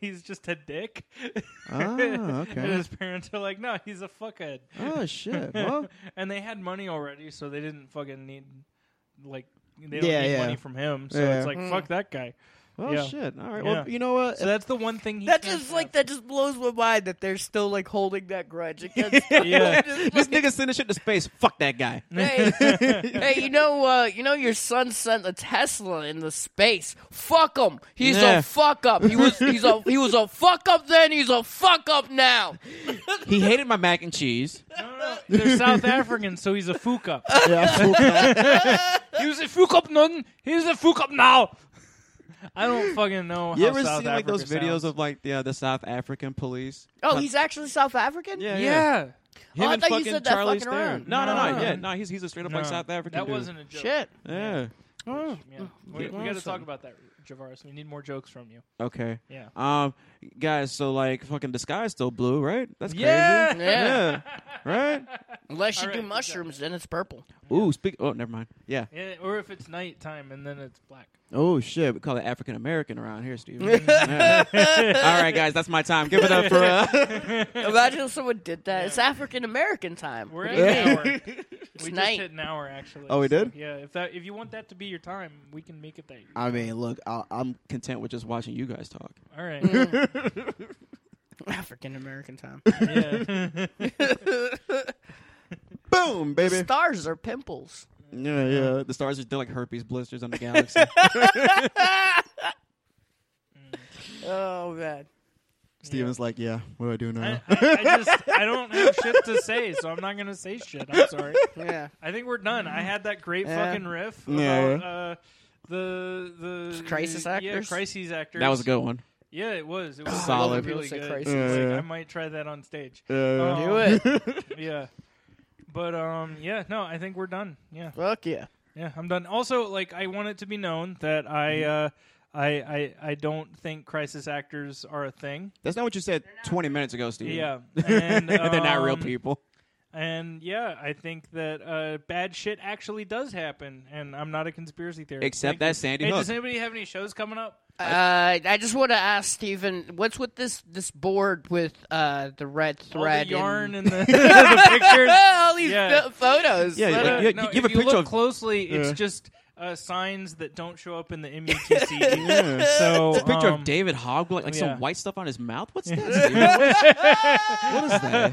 Speaker 3: he's just a dick.
Speaker 1: Ah,
Speaker 3: and
Speaker 1: okay.
Speaker 3: his parents are like, no, he's a fuckhead.
Speaker 1: Oh shit! Well,
Speaker 3: and they had money already, so they didn't fucking need like they don't
Speaker 1: Yeah,
Speaker 3: need
Speaker 1: yeah.
Speaker 3: money from him. So
Speaker 1: Yeah.
Speaker 3: it's like
Speaker 2: Mm.
Speaker 3: fuck that guy.
Speaker 1: well,
Speaker 3: Yeah.
Speaker 1: shit. All right.
Speaker 3: Yeah.
Speaker 1: Well, you know what?
Speaker 3: So that's the one thing he
Speaker 2: That
Speaker 3: can't
Speaker 2: just like
Speaker 3: have.
Speaker 2: that just blows my mind that they're still like holding that grudge against.
Speaker 3: Yeah.
Speaker 1: this nigga sending shit to space. Fuck that guy.
Speaker 2: hey, hey, you know, uh, you know, your son sent a Tesla into space. Fuck him. He's
Speaker 1: Yeah.
Speaker 2: a fuck up. He was, he's a, he was a fuck up then. He's a fuck up now.
Speaker 1: He hated my mac and cheese.
Speaker 3: They're South African, so he's a fuck up. He's a fuck up nun. He's a fuck up now. I don't fucking know.
Speaker 1: You
Speaker 3: how
Speaker 1: ever
Speaker 3: South
Speaker 1: seen like those
Speaker 3: Africa
Speaker 1: videos
Speaker 3: sounds.
Speaker 1: of like the uh, the South African police?
Speaker 2: Oh,
Speaker 1: Huh.
Speaker 2: he's actually South African.
Speaker 1: Yeah,
Speaker 3: yeah?
Speaker 1: Him
Speaker 2: Oh, I
Speaker 1: and
Speaker 2: thought you
Speaker 1: fucking
Speaker 2: said that
Speaker 1: Charlie
Speaker 2: fucking
Speaker 1: Theron.
Speaker 2: around.
Speaker 1: No, no, no.
Speaker 3: No.
Speaker 1: Yeah, no. He's he's a straight up like
Speaker 3: No.
Speaker 1: South African.
Speaker 3: That
Speaker 1: dude.
Speaker 3: wasn't a joke.
Speaker 2: Shit.
Speaker 1: Yeah. Oh. Mm.
Speaker 3: Yeah. We, we got to talk about that, Javaris. We need more jokes from you.
Speaker 1: Okay.
Speaker 3: Yeah.
Speaker 1: Um, guys. So like, fucking the sky's still blue, right? That's crazy.
Speaker 3: Yeah.
Speaker 1: Yeah. Right.
Speaker 2: Unless you
Speaker 3: All
Speaker 2: do
Speaker 3: right,
Speaker 2: mushrooms, then it's purple.
Speaker 1: Ooh. Speak. Oh, never mind. Yeah.
Speaker 3: Yeah, or if it's nighttime and then it's black.
Speaker 1: Oh shit. We call it African American around here, Steve. Yeah. All right, guys. That's my time. Give it up for. Uh,
Speaker 2: Imagine if someone did that. It's African American time.
Speaker 3: We're
Speaker 2: What
Speaker 3: at
Speaker 2: do you mean?
Speaker 3: an hour. we
Speaker 2: night.
Speaker 3: just hit an hour actually.
Speaker 1: Oh, we
Speaker 3: so,
Speaker 1: did?
Speaker 3: Yeah. If that if you want that to be your time, we can make it that.
Speaker 1: I mean, look. I, I'm content with just watching you guys talk.
Speaker 3: All right.
Speaker 2: Mm. African American time.
Speaker 3: yeah.
Speaker 1: Boom, baby.
Speaker 2: Stars are pimples.
Speaker 1: Yeah, yeah. The stars are still like herpes blisters on the galaxy.
Speaker 2: Oh man.
Speaker 1: Steven's like, yeah. What do I do
Speaker 3: I, I, I just I don't have shit to say, so I'm not gonna say shit. I'm sorry.
Speaker 2: Yeah.
Speaker 3: I think we're done. I had that great
Speaker 2: Yeah.
Speaker 3: fucking riff about
Speaker 1: Yeah.
Speaker 3: uh, the the
Speaker 2: Crisis
Speaker 3: Yeah,
Speaker 2: actors?
Speaker 3: crisis actors.
Speaker 1: That was a good one.
Speaker 3: Yeah, it was. It was
Speaker 1: Solid.
Speaker 3: really, really
Speaker 2: People say
Speaker 3: good.
Speaker 2: crisis.
Speaker 1: Yeah,
Speaker 3: Like,
Speaker 1: yeah.
Speaker 3: I might try that on stage. Um,
Speaker 1: Uh,
Speaker 2: Do it.
Speaker 3: Yeah. But um, yeah, no, I think we're done. Yeah.
Speaker 2: Fuck yeah.
Speaker 3: Yeah, I'm done. Also, like, I want it to be known that I,
Speaker 1: Mm-hmm.
Speaker 3: uh, I, I, I don't think crisis actors are a thing.
Speaker 1: That's not what you said 20 minutes ago, Steven.
Speaker 3: Yeah, and
Speaker 1: They're not real
Speaker 3: um,
Speaker 1: people.
Speaker 3: And yeah, I think that uh, bad shit actually does happen, and I'm not a conspiracy theorist.
Speaker 1: Except
Speaker 3: Thank you.
Speaker 1: that Sandy
Speaker 3: Hey,
Speaker 1: Hook.
Speaker 3: does anybody have any shows coming up?
Speaker 2: Uh, I just want to ask Stephen, what's with this this board with uh the red
Speaker 3: All
Speaker 2: thread?
Speaker 3: the yarn
Speaker 2: and-
Speaker 3: and the, the pictures.
Speaker 2: all these
Speaker 3: Yeah.
Speaker 2: pho- photos.
Speaker 1: Yeah,
Speaker 2: What
Speaker 1: like,
Speaker 3: Uh,
Speaker 2: a-
Speaker 1: yeah,
Speaker 3: no,
Speaker 1: you give
Speaker 3: if
Speaker 1: a
Speaker 3: you
Speaker 1: picture
Speaker 3: look
Speaker 1: of-
Speaker 3: closely, it's
Speaker 1: Yeah.
Speaker 3: just uh, signs that don't show up in the MUTC.
Speaker 1: Yeah.
Speaker 3: So
Speaker 1: It's a picture
Speaker 3: um,
Speaker 1: of David Hogg, like, like
Speaker 3: yeah.
Speaker 1: some white stuff on his mouth. What's that? Steven? what is that?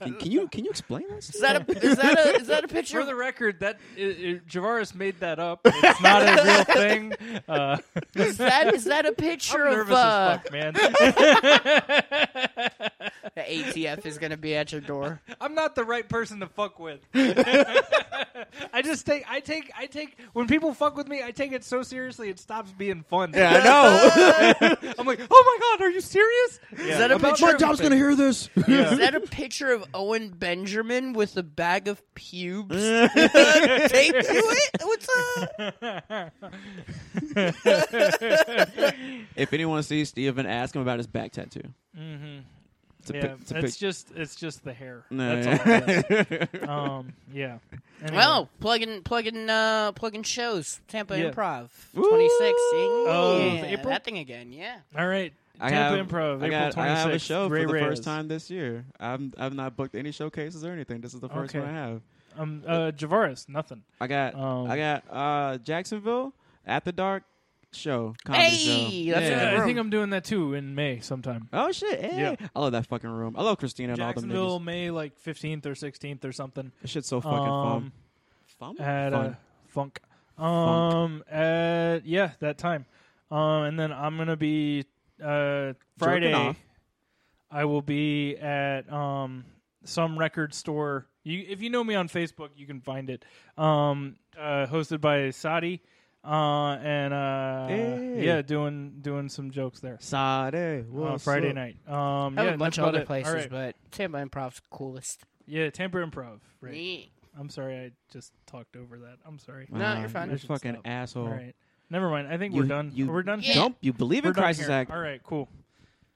Speaker 1: Can, can you can you explain that?
Speaker 2: Is that a is that a is that a picture?
Speaker 3: For
Speaker 2: of-
Speaker 3: the record, that i i Javaris made that up. It's not a real thing. Uh,
Speaker 2: Is that is that a picture of
Speaker 3: I'm nervous
Speaker 2: uh,
Speaker 3: as fuck, man.
Speaker 2: the ATF is gonna be at your door?
Speaker 3: I'm not the right person to fuck with. I just take, I take, I take. When people fuck with me, I take it so seriously it stops being fun.
Speaker 1: I know.
Speaker 3: I'm like, oh my god, are you serious? Yeah.
Speaker 2: that a
Speaker 3: About-
Speaker 2: picture-
Speaker 1: gonna hear this.
Speaker 2: Is that a picture of Owen Benjamin with a bag of pubes taped to it? What's up?
Speaker 1: if anyone sees Steven, ask him about his back tattoo. Mm-hmm. It's a,
Speaker 3: Yeah,
Speaker 1: pic- it's a
Speaker 3: it's
Speaker 1: picture.
Speaker 3: just, it's just the hair.
Speaker 1: No,
Speaker 3: That's all. it is. um, yeah. Anyway.
Speaker 2: Well, plugging plugging uh plugging shows. Tampa
Speaker 3: Yeah.
Speaker 2: Improv
Speaker 1: Woo!
Speaker 2: twenty six.
Speaker 3: Of
Speaker 2: Yeah,
Speaker 3: April?
Speaker 2: that thing again. Yeah.
Speaker 3: all right.
Speaker 1: I
Speaker 3: Tampa
Speaker 1: have,
Speaker 3: Improv,
Speaker 1: I,
Speaker 3: April
Speaker 1: got, I have a
Speaker 3: 26th,
Speaker 1: show
Speaker 3: Ray
Speaker 1: for the
Speaker 3: Reyes.
Speaker 1: first time this year. I'm I've not booked any showcases or anything. This is the first
Speaker 3: Okay.
Speaker 1: one I have.
Speaker 3: Um, uh, Javaris, nothing.
Speaker 1: I got
Speaker 3: Um,
Speaker 1: I got uh, Jacksonville at the dark show comedy
Speaker 2: Hey,
Speaker 1: show.
Speaker 2: that's
Speaker 1: yeah.
Speaker 2: a
Speaker 3: Yeah,
Speaker 2: good
Speaker 3: I
Speaker 2: room.
Speaker 3: think I'm doing that too in May sometime.
Speaker 1: Oh shit! Hey.
Speaker 3: Yeah.
Speaker 1: I love that fucking room. I love Christina and all them
Speaker 3: Jacksonville,
Speaker 1: niggas.
Speaker 3: May like 15th or 16th or something.
Speaker 1: That shit's so fucking
Speaker 3: Um,
Speaker 1: fun. Fun.
Speaker 3: at
Speaker 1: fun.
Speaker 3: uh, Funk. Um, at yeah, that time. Um, and then I'm gonna be uh Friday.
Speaker 1: off.
Speaker 3: I will be at um some record store. You, if you know me on Facebook, you can find it. Um, uh, hosted by Sadi. Uh, and uh,
Speaker 1: Hey.
Speaker 3: yeah, doing doing some jokes there.
Speaker 1: Saturday,
Speaker 3: Uh,
Speaker 1: what's
Speaker 3: Friday
Speaker 1: up?
Speaker 3: night. Um,
Speaker 2: I have
Speaker 3: yeah,
Speaker 2: a bunch
Speaker 3: that's
Speaker 2: of
Speaker 3: about
Speaker 2: other
Speaker 3: it. All
Speaker 2: places,
Speaker 3: right.
Speaker 2: but Tampa Improv's coolest.
Speaker 3: Yeah, Tampa Improv. Right.
Speaker 2: Neat.
Speaker 3: I'm sorry, I just talked over that. I'm sorry.
Speaker 2: No,
Speaker 1: Ah,
Speaker 2: you're fine.
Speaker 1: You
Speaker 3: I should
Speaker 1: fucking
Speaker 3: stop.
Speaker 1: asshole.
Speaker 3: All right, never mind. I think
Speaker 1: You-
Speaker 3: we're done.
Speaker 1: You
Speaker 3: we're done.
Speaker 2: Yeah.
Speaker 1: Don't you believe
Speaker 3: We're
Speaker 1: in
Speaker 3: done
Speaker 1: crisis
Speaker 3: here.
Speaker 1: act?
Speaker 3: All right, cool.